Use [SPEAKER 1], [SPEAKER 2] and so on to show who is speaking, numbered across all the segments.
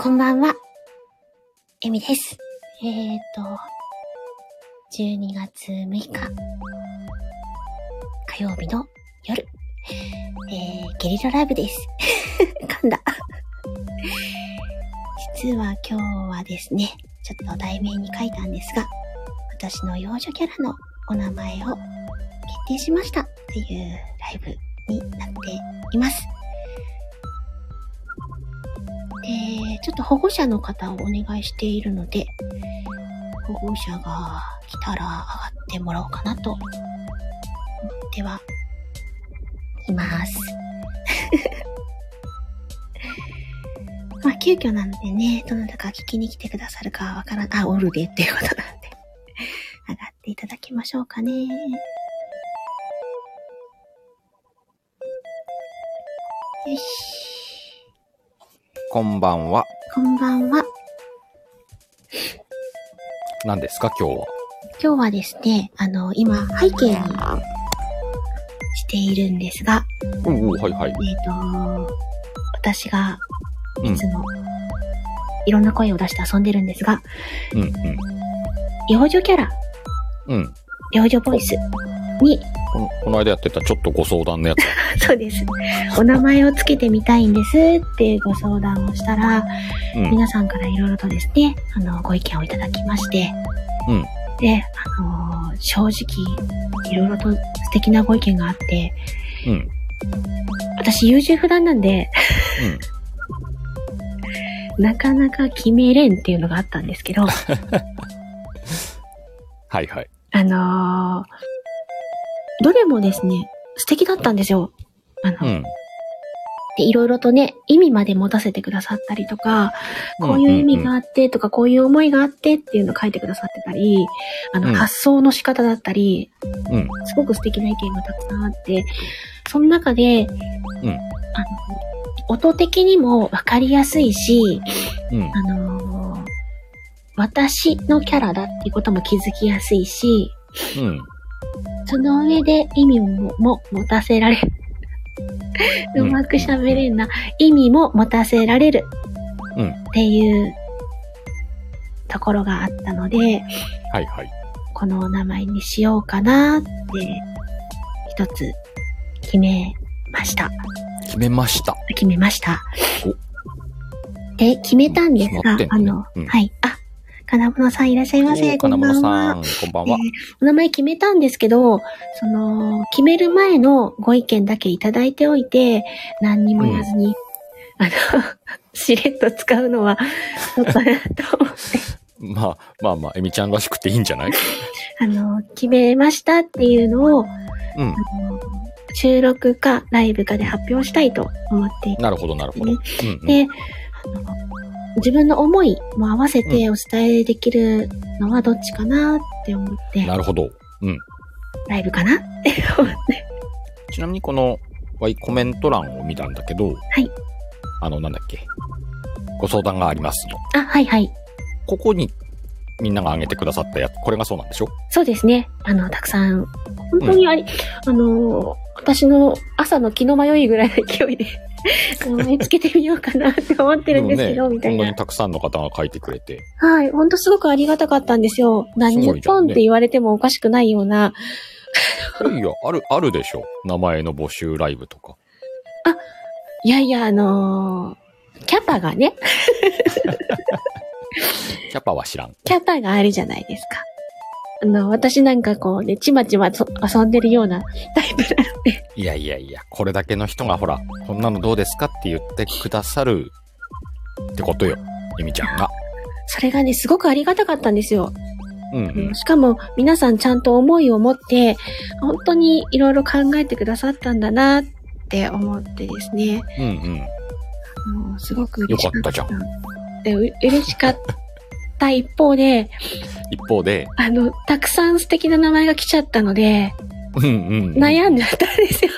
[SPEAKER 1] こんばんは。えみです。えーと、12月6日、火曜日の夜、えー、ゲリラライブです。 噛んだ。実は今日はですね、ちょっと題名に書いたんですが、私の幼女キャラのお名前を決定しましたっていうライブになっています。で、ちょっと保護者の方をお願いしているので、保護者が来たら上がってもらおうかなと思ってはいます。 まあ、急遽なのでね、どなたか聞きに来てくださるかわからん、あ、おるでっていうことなんで、上がっていただきましょうかね。よし。
[SPEAKER 2] こんばんは。
[SPEAKER 1] こんばんは。
[SPEAKER 2] 何ですか今日は。
[SPEAKER 1] 今日はですね、あの、今、背景にしているんですが、
[SPEAKER 2] おうおうはいはい。
[SPEAKER 1] えっ、と、私が
[SPEAKER 2] うん
[SPEAKER 1] いつも、いろんな声を出して遊んでるんですが、
[SPEAKER 2] うん
[SPEAKER 1] 幼女キャラ、
[SPEAKER 2] うん。うん。
[SPEAKER 1] 幼女ボイスに、
[SPEAKER 2] この、この間やってたちょっとご相談のやつ。
[SPEAKER 1] そうです、お名前をつけてみたいんですっていうご相談をしたら、
[SPEAKER 2] うん。
[SPEAKER 1] 皆さんからいろいろとですね、あの、ご意見をいただきまして、
[SPEAKER 2] うん
[SPEAKER 1] で、あのー正直、いろいろと素敵なご意見があって、
[SPEAKER 2] うん。うん。
[SPEAKER 1] 私優柔不断なんで、なかなか決めれんっていうのがあったんですけ ど、
[SPEAKER 2] はいはい。
[SPEAKER 1] あのーどれもですね、素敵だったんですよ。あの、
[SPEAKER 2] うん。
[SPEAKER 1] で、いろいろとね、意味まで持たせてくださったりとか、こういう意味があってとか、こういう思いがあってっていうのを書いてくださってたり、あの、
[SPEAKER 2] うん
[SPEAKER 1] 発想の仕方だったり、
[SPEAKER 2] うん
[SPEAKER 1] すごく素敵な意見がたくさんあって、その中で、
[SPEAKER 2] うん
[SPEAKER 1] あの、音的にもわかりやすいし、
[SPEAKER 2] うんうん。
[SPEAKER 1] あのー私のキャラだっていうことも気づきやすいし、
[SPEAKER 2] うん。うん。
[SPEAKER 1] その上で意味もも持たせられる。
[SPEAKER 2] う
[SPEAKER 1] うんまく喋れんな。意味も持たせられる。
[SPEAKER 2] うん
[SPEAKER 1] っていうところがあったので、
[SPEAKER 2] はいはい。
[SPEAKER 1] このお名前にしようかなって、一つ決めました。
[SPEAKER 2] 決めました。
[SPEAKER 1] 決めました。で、決めたんですが、
[SPEAKER 2] 決ま
[SPEAKER 1] あ
[SPEAKER 2] ってんのね
[SPEAKER 1] の、
[SPEAKER 2] うん
[SPEAKER 1] はい。あ、金物さんいらっしゃいませ。
[SPEAKER 2] おー金
[SPEAKER 1] こんば
[SPEAKER 2] 物
[SPEAKER 1] ん
[SPEAKER 2] さ
[SPEAKER 1] は。
[SPEAKER 2] ん、こんばんは
[SPEAKER 1] え。ーお名前決めたんですけど、その、決める前のご意見だけいただいておいて、何にも言わずに、あの、 しれっと使うのは、ちょっとなと思って、
[SPEAKER 2] まあまあまあ、えみちゃんらしくていいんじ ゃない
[SPEAKER 1] あの、決めましたっていうのを、
[SPEAKER 2] うん。
[SPEAKER 1] あの収録かライブかで発表したいと思っていて
[SPEAKER 2] なるほどなるほど。うんうん。
[SPEAKER 1] で、あの自分の思いも合わせてお伝えできるのはどっちかなって思って、
[SPEAKER 2] なるほど。
[SPEAKER 1] ライブかなって思って。
[SPEAKER 2] ちなみにこの、わいコメント欄を見たんだけど、
[SPEAKER 1] い
[SPEAKER 2] あの、なんだっけ。ご相談がありますと。
[SPEAKER 1] あ、はいはい。
[SPEAKER 2] ここに、みんなが挙げてくださったやつ、これがそうなんでしょ
[SPEAKER 1] そうですね。あの、たくさん。本当にあり、あの、私の朝の気の迷いぐらいの勢いで、 名前つけてみようかなって思ってるんですけど、
[SPEAKER 2] もね
[SPEAKER 1] みたい
[SPEAKER 2] こん
[SPEAKER 1] な
[SPEAKER 2] なに。たくさんの方が書いてくれて。
[SPEAKER 1] はい。本当すごくありがたかったんですよ。何
[SPEAKER 2] すご
[SPEAKER 1] 十
[SPEAKER 2] いじゃん
[SPEAKER 1] 本
[SPEAKER 2] ね
[SPEAKER 1] って言われてもおかしくないような。
[SPEAKER 2] いやいや、ある、あるでしょ。名前の募集ライブとか。
[SPEAKER 1] いやいや、あのーキャパがね、
[SPEAKER 2] キャパは知らん。
[SPEAKER 1] キャパがあるじゃないですか。あの、私なんかこうね、ちまちまと遊んでるようなタイプなので。
[SPEAKER 2] いやいやいや、これだけの人がほら、こんなのどうですかって言ってくださるってことよ。ゆみちゃんが。
[SPEAKER 1] それがね、すごくありがたかったんですよ。
[SPEAKER 2] うんうん。
[SPEAKER 1] しかも皆さんちゃんと思いを持って、本当にいろいろ考えてくださったんだなって思ってですね、
[SPEAKER 2] うんうん。
[SPEAKER 1] もうすごく嬉しかった。
[SPEAKER 2] よかった
[SPEAKER 1] でう 嬉しかった一方で、
[SPEAKER 2] 一方で、
[SPEAKER 1] あの、たくさん素敵な名前が来ちゃったので、
[SPEAKER 2] うんうん。
[SPEAKER 1] 悩んじゃったんですよ。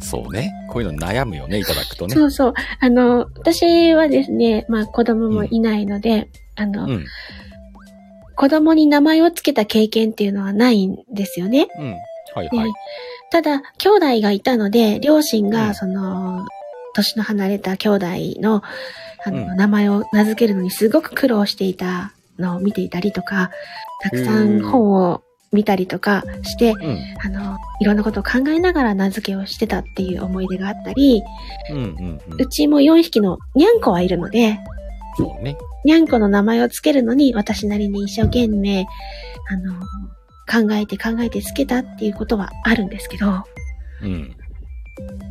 [SPEAKER 2] そうね。こういうの悩むよね、いただくとね。
[SPEAKER 1] そうそう。あの、私はですね、まあ子供もいないので、あの、
[SPEAKER 2] うん。
[SPEAKER 1] 子供に名前をつけた経験っていうのはないんですよね。
[SPEAKER 2] うん。はい
[SPEAKER 1] で
[SPEAKER 2] はい。
[SPEAKER 1] ただ、兄弟がいたので、両親
[SPEAKER 2] う
[SPEAKER 1] が、
[SPEAKER 2] ん
[SPEAKER 1] その、年の離れた兄弟の、あの、
[SPEAKER 2] うん
[SPEAKER 1] 名前を名付けるのにすごく苦労していたのを見ていたりとか、たくさん本を見たりとかして、
[SPEAKER 2] うん。
[SPEAKER 1] あの、いろんなことを考えながら名付けをしてたっていう思い出があったり、
[SPEAKER 2] うんうんう。
[SPEAKER 1] うんちも4匹のにゃんこはいるので、
[SPEAKER 2] そうね。
[SPEAKER 1] にゃんこの名前をつけるのに私なりに一生懸命、あの、考えて考えてつけたっていうことはあるんですけど、ま
[SPEAKER 2] うん。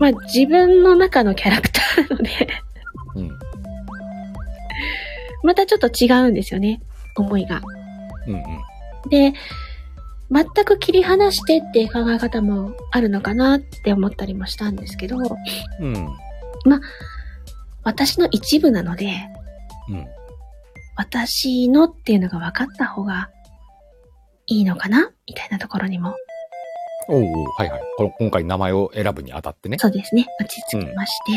[SPEAKER 1] あ自分の中のキャラクターなので、
[SPEAKER 2] うん。
[SPEAKER 1] またちょっと違うんですよね、思いが。
[SPEAKER 2] うんうん。
[SPEAKER 1] で、全く切り離してっていう考え方もあるのかなって思ったりもしたんですけど、
[SPEAKER 2] うん。
[SPEAKER 1] 私の一部なので、
[SPEAKER 2] うん。
[SPEAKER 1] 私のっていうのが分かった方がいいのかなみたいなところにも、
[SPEAKER 2] おうおうはいはい。この今回名前を選ぶにあたってね。
[SPEAKER 1] そうですね、落ち着きまして。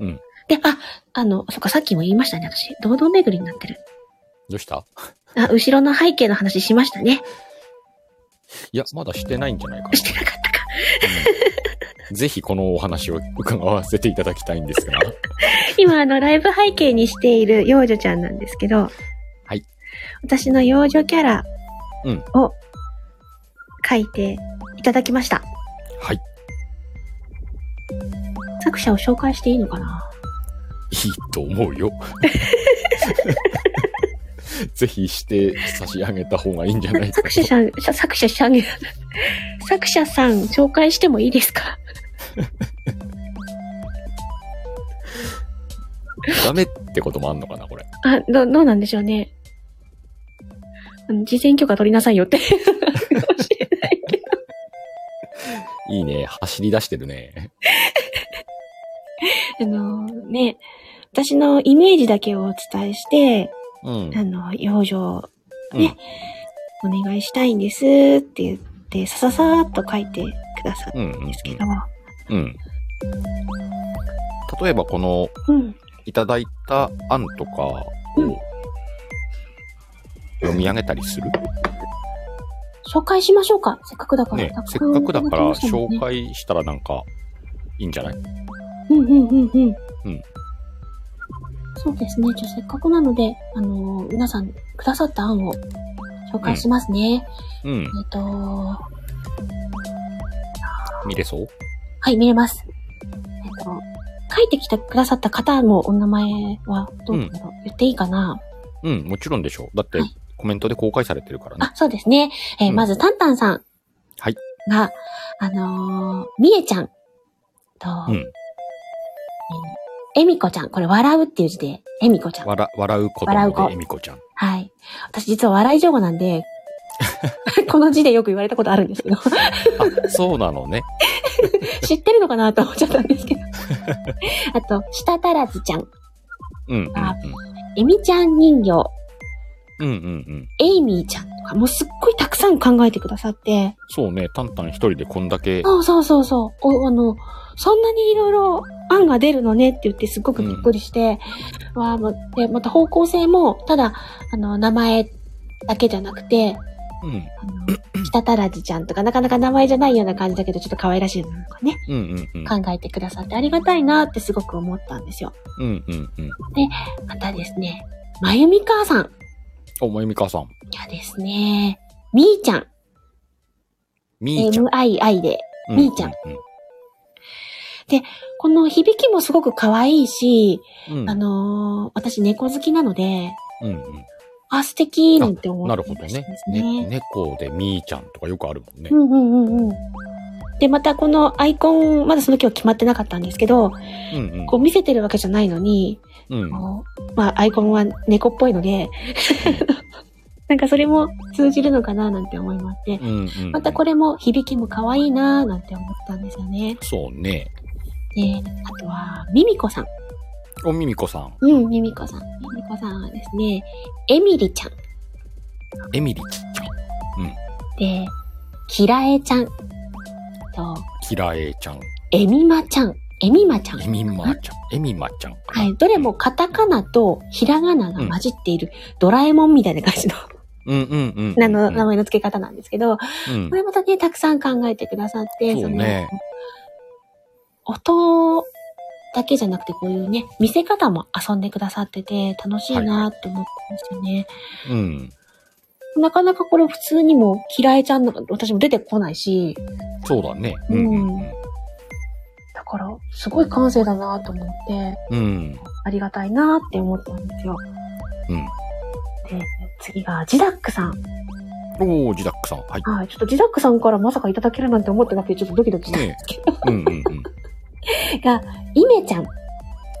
[SPEAKER 2] うんうん
[SPEAKER 1] で、あ、あの、そっか、さっきも言いましたね、私。堂々巡りになってる。
[SPEAKER 2] どうした
[SPEAKER 1] あ、後ろの背景の話しましたね。
[SPEAKER 2] いや、まだしてないんじゃないかな。
[SPEAKER 1] してなかったか。
[SPEAKER 2] うんぜひこのお話を伺わせていただきたいんです が。
[SPEAKER 1] 今、あの、ライブ背景にしている幼女ちゃんなんですけど、
[SPEAKER 2] はい。
[SPEAKER 1] 私の幼女キャラ
[SPEAKER 2] うん
[SPEAKER 1] を書いていただきました。
[SPEAKER 2] はい。い
[SPEAKER 1] 作者を紹介していいのかない
[SPEAKER 2] と思う よ。ぜひして差し上げた方がいいんじゃないか
[SPEAKER 1] 作者さん、さ作者さん、作者さん紹介してもいいですか
[SPEAKER 2] と。ダメってこともあんのかな、これ。
[SPEAKER 1] あ、ど、どうなんでしょうね。あの、事前許可取りなさいよって。 かもしれないけど
[SPEAKER 2] いいね。走り出してるね。
[SPEAKER 1] あのね、私のイメージだけをお伝えして、
[SPEAKER 2] うん。
[SPEAKER 1] あの、養生
[SPEAKER 2] うん
[SPEAKER 1] ねお願いしたいんですって言って、さささーっと書いてくださっ
[SPEAKER 2] うんうん
[SPEAKER 1] たんですけど、
[SPEAKER 2] うん。うん。例えばこの
[SPEAKER 1] うん。
[SPEAKER 2] いただいた案とかを
[SPEAKER 1] うん
[SPEAKER 2] 読み上げたりする、
[SPEAKER 1] 紹介しましょうか。せっかくだから。
[SPEAKER 2] ね
[SPEAKER 1] た、
[SPEAKER 2] せっ
[SPEAKER 1] さん
[SPEAKER 2] かくだか
[SPEAKER 1] い
[SPEAKER 2] ら
[SPEAKER 1] たきましたもんね
[SPEAKER 2] 紹。介したらなんかいいんじゃない
[SPEAKER 1] うんうんうんうん。
[SPEAKER 2] うん
[SPEAKER 1] そうですね。じゃあせっかくなので、あのー皆さんくださった案を紹介しますね。
[SPEAKER 2] うん。
[SPEAKER 1] えっ、とは
[SPEAKER 2] 見れそう
[SPEAKER 1] い、見れます。えっ、と、書いてきてくださった方のお名前はどうだろう、言っていいかな
[SPEAKER 2] うん、もちろんでしょう。だって
[SPEAKER 1] はい
[SPEAKER 2] コメントで公開されてるからね
[SPEAKER 1] あ。、そうですね。えー
[SPEAKER 2] うん
[SPEAKER 1] まず、タンタンさん。
[SPEAKER 2] はい
[SPEAKER 1] が、あのー、みえちゃんと、
[SPEAKER 2] う
[SPEAKER 1] えー
[SPEAKER 2] ん。
[SPEAKER 1] えみこちゃん。これ、笑うっていう字で、えみこちゃん。
[SPEAKER 2] わら笑う子
[SPEAKER 1] 笑う
[SPEAKER 2] 供
[SPEAKER 1] 子
[SPEAKER 2] でえみこちゃん。
[SPEAKER 1] はい。私実は笑い上手なん で、この字でよく言われたことあるんですけど、
[SPEAKER 2] あ、そうなのね。
[SPEAKER 1] 知ってるのかなと思っちゃったんですけ ど。あと、舌足らずちゃん、
[SPEAKER 2] うん、うん、
[SPEAKER 1] あえみちゃん人形、
[SPEAKER 2] うん。うん、うん、うん。
[SPEAKER 1] エイミーちゃんとか、もうすっごいたくさん考えてくださって、
[SPEAKER 2] そうね、タンタン一人でこんだけ、
[SPEAKER 1] そうそうそうそう、おあの、そんなにいろいろ案が出るのねって言ってすっごくびっくりして、わあもうで、また方向性も、ただ、あの、名前だけじゃなくて、
[SPEAKER 2] うん、
[SPEAKER 1] あ の、舌足らずちゃんとか、なかなか名前じゃないような感じだけど、ちょっと可愛らしいのとかね、
[SPEAKER 2] うん、うん、うん。
[SPEAKER 1] 考えてくださってありがたいなってすごく思ったんですよ。
[SPEAKER 2] うん、うん、うん。
[SPEAKER 1] またですね、まゆみかあさん。い
[SPEAKER 2] お、まゆみかさん。
[SPEAKER 1] やですね、みーちゃん。
[SPEAKER 2] みーちゃん。
[SPEAKER 1] MII で。
[SPEAKER 2] う
[SPEAKER 1] みーちゃん。この響きもすごく可愛いし、
[SPEAKER 2] うん、うん
[SPEAKER 1] あ、のー私猫好きなので、
[SPEAKER 2] うん、うん。
[SPEAKER 1] あ、素敵なんて思
[SPEAKER 2] な
[SPEAKER 1] っ
[SPEAKER 2] る
[SPEAKER 1] て
[SPEAKER 2] ほど
[SPEAKER 1] ました
[SPEAKER 2] ね
[SPEAKER 1] です。ね。
[SPEAKER 2] ね、猫でみーちゃんとかよくあるもんね
[SPEAKER 1] う。んうんうんうん。で、またこのアイコン、まだその今日決まってなかったんですけど、
[SPEAKER 2] うん
[SPEAKER 1] こう見せてるわけじゃないのに、
[SPEAKER 2] うん。うん。
[SPEAKER 1] こうまあ、アイコンは猫っぽいので、 なんかそれも通じるのかななんて思いまして、
[SPEAKER 2] うんうん。
[SPEAKER 1] またこれも響きも可愛いななんて思ったんですよね。
[SPEAKER 2] そうね。
[SPEAKER 1] で、あとは、ミミコさん。
[SPEAKER 2] おみみこさん。
[SPEAKER 1] うん、ミミコさん。ミミコさんはですね、エミリちゃん。
[SPEAKER 2] えみりちゃん。
[SPEAKER 1] で、キラエちゃん。と、
[SPEAKER 2] きらえちゃん。
[SPEAKER 1] エミマちゃん。エミマちゃん
[SPEAKER 2] え。みまちゃん。えみまちゃんかな。
[SPEAKER 1] はい。どれもカタカナとひらがなが混じっているドラえもんみたいな感 じの、
[SPEAKER 2] うんうんうん。
[SPEAKER 1] なの、名前の付け方なんですけど、
[SPEAKER 2] うん
[SPEAKER 1] こ。れまたね、たくさん考えてくださって、
[SPEAKER 2] そうね
[SPEAKER 1] その、音だけじゃなくて、こういうね、見せ方も遊んでくださってて、楽しいなって思ってましたね。
[SPEAKER 2] うん。
[SPEAKER 1] なかなかこれ普通にも嫌いちゃんの、私も出てこないし、
[SPEAKER 2] そうだね。うんうん
[SPEAKER 1] だから、すごい感性だなと思って、
[SPEAKER 2] うん。うん。
[SPEAKER 1] ありがたいなって思ったんですよ。
[SPEAKER 2] うん。
[SPEAKER 1] で、次が、ジダックさん。
[SPEAKER 2] おー、ジダックさん。はい。
[SPEAKER 1] はい。ちょっとジダックさんからまさかいただけるなんて思ってなくて、ちょっとドキドキしたんですけど。
[SPEAKER 2] うんうんうん。
[SPEAKER 1] が、 イメちゃん。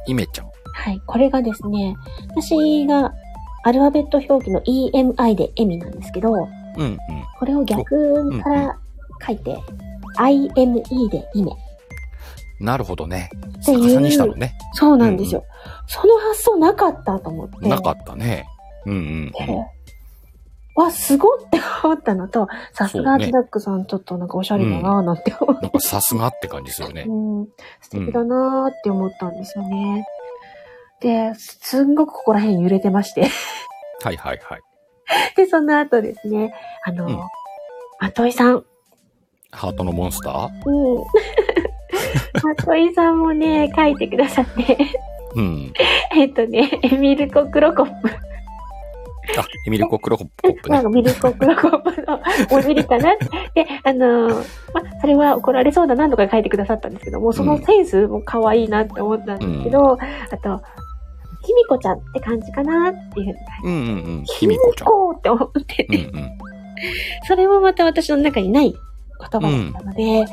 [SPEAKER 2] イメちゃん。
[SPEAKER 1] はい。これがですね、私がアルファベット表記の EMI でエミなんですけど、
[SPEAKER 2] うんうん。
[SPEAKER 1] これを逆から書いて、IME でイメ。
[SPEAKER 2] なるほどね。
[SPEAKER 1] っていう
[SPEAKER 2] 逆さにしたのね。
[SPEAKER 1] そうなんですよ。その発想なかったと思って。
[SPEAKER 2] なかったね。うんうんうん。
[SPEAKER 1] わ、すごって思ったのと、さす
[SPEAKER 2] そ
[SPEAKER 1] が
[SPEAKER 2] うね
[SPEAKER 1] ジダックさん、ちょっとなんかおしゃれだなぁなんて思って
[SPEAKER 2] なんかさすがって感じするね。
[SPEAKER 1] うん、素敵だなーって思ったんですよね。で、すんごくここら辺揺れてまして。
[SPEAKER 2] はいはいはい。
[SPEAKER 1] で、その後ですね、あの、
[SPEAKER 2] うん
[SPEAKER 1] まといさん。 うん。
[SPEAKER 2] ハートのモンスター
[SPEAKER 1] まといさんもね、書いてくださって、
[SPEAKER 2] うん。
[SPEAKER 1] えっとね、エミルコ・クロコップ。
[SPEAKER 2] あ、エミルコ・クロコップ
[SPEAKER 1] な
[SPEAKER 2] ね
[SPEAKER 1] ん。かミルコ・クロコップのおミリかなで、あのま、それは怒られそうだなとか書いてくださったんですけども、そのセンスも可愛いなって思ったんですけど、あと、きみこちゃんって感じかなっていうふうに書いて
[SPEAKER 2] うんうんうん。ひみこちゃん。
[SPEAKER 1] こうって思って
[SPEAKER 2] うん
[SPEAKER 1] て、
[SPEAKER 2] うん。
[SPEAKER 1] それもまた私の中にない言葉だったので、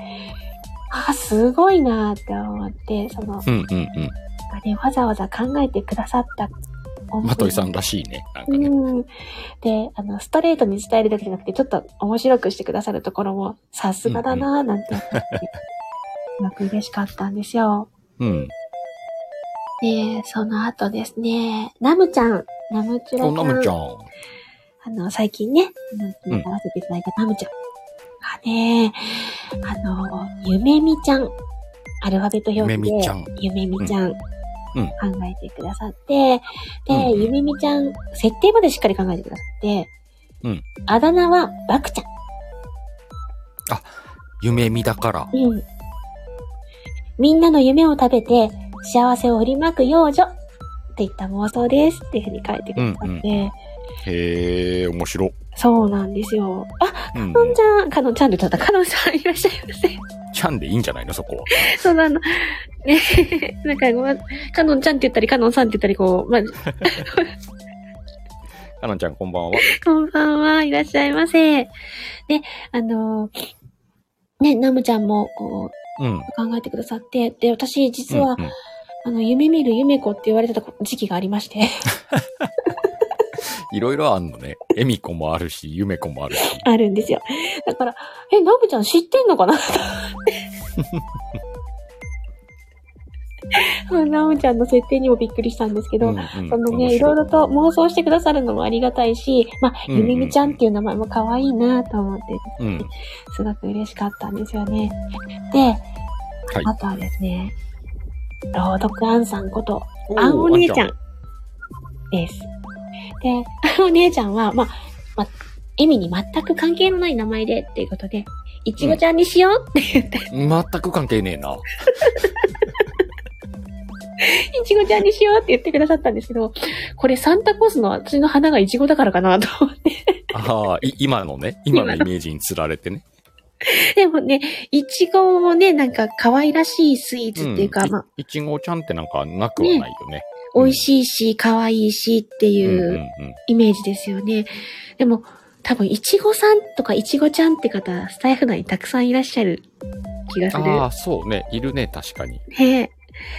[SPEAKER 1] ああ、すごいなーって思って、その、
[SPEAKER 2] うんうん
[SPEAKER 1] ね、わざわざ考えてくださった
[SPEAKER 2] う
[SPEAKER 1] 思
[SPEAKER 2] ん。まといさんらしいね。なんかね。
[SPEAKER 1] うん。で、あの、ストレートに伝えるだけじゃなくて、ちょっと面白くしてくださるところも、さすがだなーなんて思って、すごく嬉しかったんです よ。
[SPEAKER 2] うん。
[SPEAKER 1] で、その後ですね、ナムちゃん、ナムチュラ
[SPEAKER 2] お、ナムち
[SPEAKER 1] ちゃ
[SPEAKER 2] ゃ
[SPEAKER 1] ん。
[SPEAKER 2] ん。
[SPEAKER 1] あの、最近ね、あの、
[SPEAKER 2] うん
[SPEAKER 1] 繋がらせていただいたナムちゃんがね、あの、ゆめみちゃん、アルファベット表
[SPEAKER 2] め
[SPEAKER 1] 記
[SPEAKER 2] みち
[SPEAKER 1] で
[SPEAKER 2] ゃ、ん。
[SPEAKER 1] ゆめみちゃん、考
[SPEAKER 2] うん
[SPEAKER 1] えてくださって、で、
[SPEAKER 2] うん
[SPEAKER 1] ゆめみちゃん、設定までしっかり考えてくださって、
[SPEAKER 2] うん
[SPEAKER 1] あだ名は、バクちゃん。
[SPEAKER 2] 夢見だから。
[SPEAKER 1] うん。みんなの夢を食べて、幸せを振りまく幼女っていった妄想ですっていうふうに書いてくださって、
[SPEAKER 2] うんへえ、面白。
[SPEAKER 1] そうなんですよ。あ、
[SPEAKER 2] うん
[SPEAKER 1] かのんちゃん、かのんちゃんでただ、かのんさんいらっしゃいませ。
[SPEAKER 2] ちゃんでいいんじゃないのそこは。
[SPEAKER 1] そうなの。ね、 なんか、まあ、かのんちゃんって言ったり、かのんさんって言ったり、こう、まあ、
[SPEAKER 2] かのんちゃんこんばんは。
[SPEAKER 1] こんばんは、いらっしゃいませ。で、あのね、ナムちゃんも、こう、
[SPEAKER 2] うん。
[SPEAKER 1] 考えてくださって、で、私、実
[SPEAKER 2] うん
[SPEAKER 1] は、
[SPEAKER 2] うん
[SPEAKER 1] あの、夢見る夢子って言われてた時期がありまして、
[SPEAKER 2] いろいろあんのね。えみこもあるし、ゆめこもあるし。
[SPEAKER 1] あるんですよ。だから、え、ナムちゃん知ってんのかな そうナムちゃんの設定にもびっくりしたんですけど、そのね、いろい
[SPEAKER 2] ろ。
[SPEAKER 1] ろと妄想してくださるのもありがたいし、まあ、
[SPEAKER 2] うんうん
[SPEAKER 1] ゆめみちゃんっていう名前も可愛いなと思って、
[SPEAKER 2] うん。
[SPEAKER 1] すごく嬉しかったんですよね。で、
[SPEAKER 2] はい
[SPEAKER 1] あとはですね、朗読アンさんこと、
[SPEAKER 2] おー
[SPEAKER 1] あんお姉ちゃ
[SPEAKER 2] あ
[SPEAKER 1] んです。で、あんお姉ちゃんは、まあ、まあ、エミに全く関係のない名前でっていうことで、いちごちゃんにしようって言って、
[SPEAKER 2] ん全く関係ねえな。
[SPEAKER 1] いちごちゃんにしようって言ってくださったんですけど、これサンタコースの私の花がいちごだからかなと 思って
[SPEAKER 2] ああ、い今のね、今のイメージにつられて ね。
[SPEAKER 1] でもね、いちごもね、なんか可愛らしいスイーツっていうか、
[SPEAKER 2] ん
[SPEAKER 1] まあ、
[SPEAKER 2] いちごちゃんってなんかなくはないよね。
[SPEAKER 1] 美味しいし、可愛いしって
[SPEAKER 2] う
[SPEAKER 1] い
[SPEAKER 2] んうん
[SPEAKER 1] うイメージですよね。でも、多分、いちごさんとかいちごちゃんって方、スタイフ内にたくさんいらっしゃる気が
[SPEAKER 2] う
[SPEAKER 1] す
[SPEAKER 2] ん。
[SPEAKER 1] る
[SPEAKER 2] あ。あ、そうね。いるね、確かに。
[SPEAKER 1] ね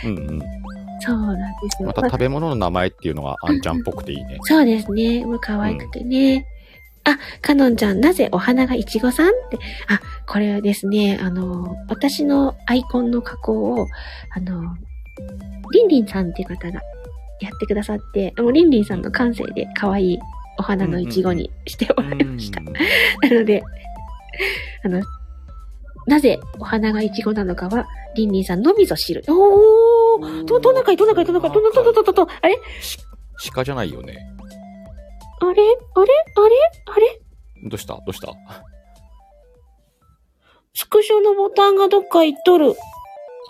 [SPEAKER 2] うんうん。
[SPEAKER 1] そうなんですよ。
[SPEAKER 2] また
[SPEAKER 1] まあ
[SPEAKER 2] 食べ物の名前っていうのがあんちゃんっぽくていいね。
[SPEAKER 1] そうですね。もう可愛くてね。あ、かのんちゃん、なぜお花がいちごさんって。あ、これはですね、あの、私のアイコンの加工を、あの、りんりんさんっていう方がやってくださって、もうりんりんさんの感性で可愛いお花のいちごにして
[SPEAKER 2] う
[SPEAKER 1] もらいました。なので、 あの、なぜお花がいちごなのかは、りんりんさんのみぞ知る。おー
[SPEAKER 2] ん
[SPEAKER 1] ど、どんなかいどんなかいどんなかいどんなかいどんなかいどんなかいあれ
[SPEAKER 2] 鹿じゃないよね。
[SPEAKER 1] あれあれあれあれ
[SPEAKER 2] どうしたどうした
[SPEAKER 1] スクショのボタンがどっか行っとる。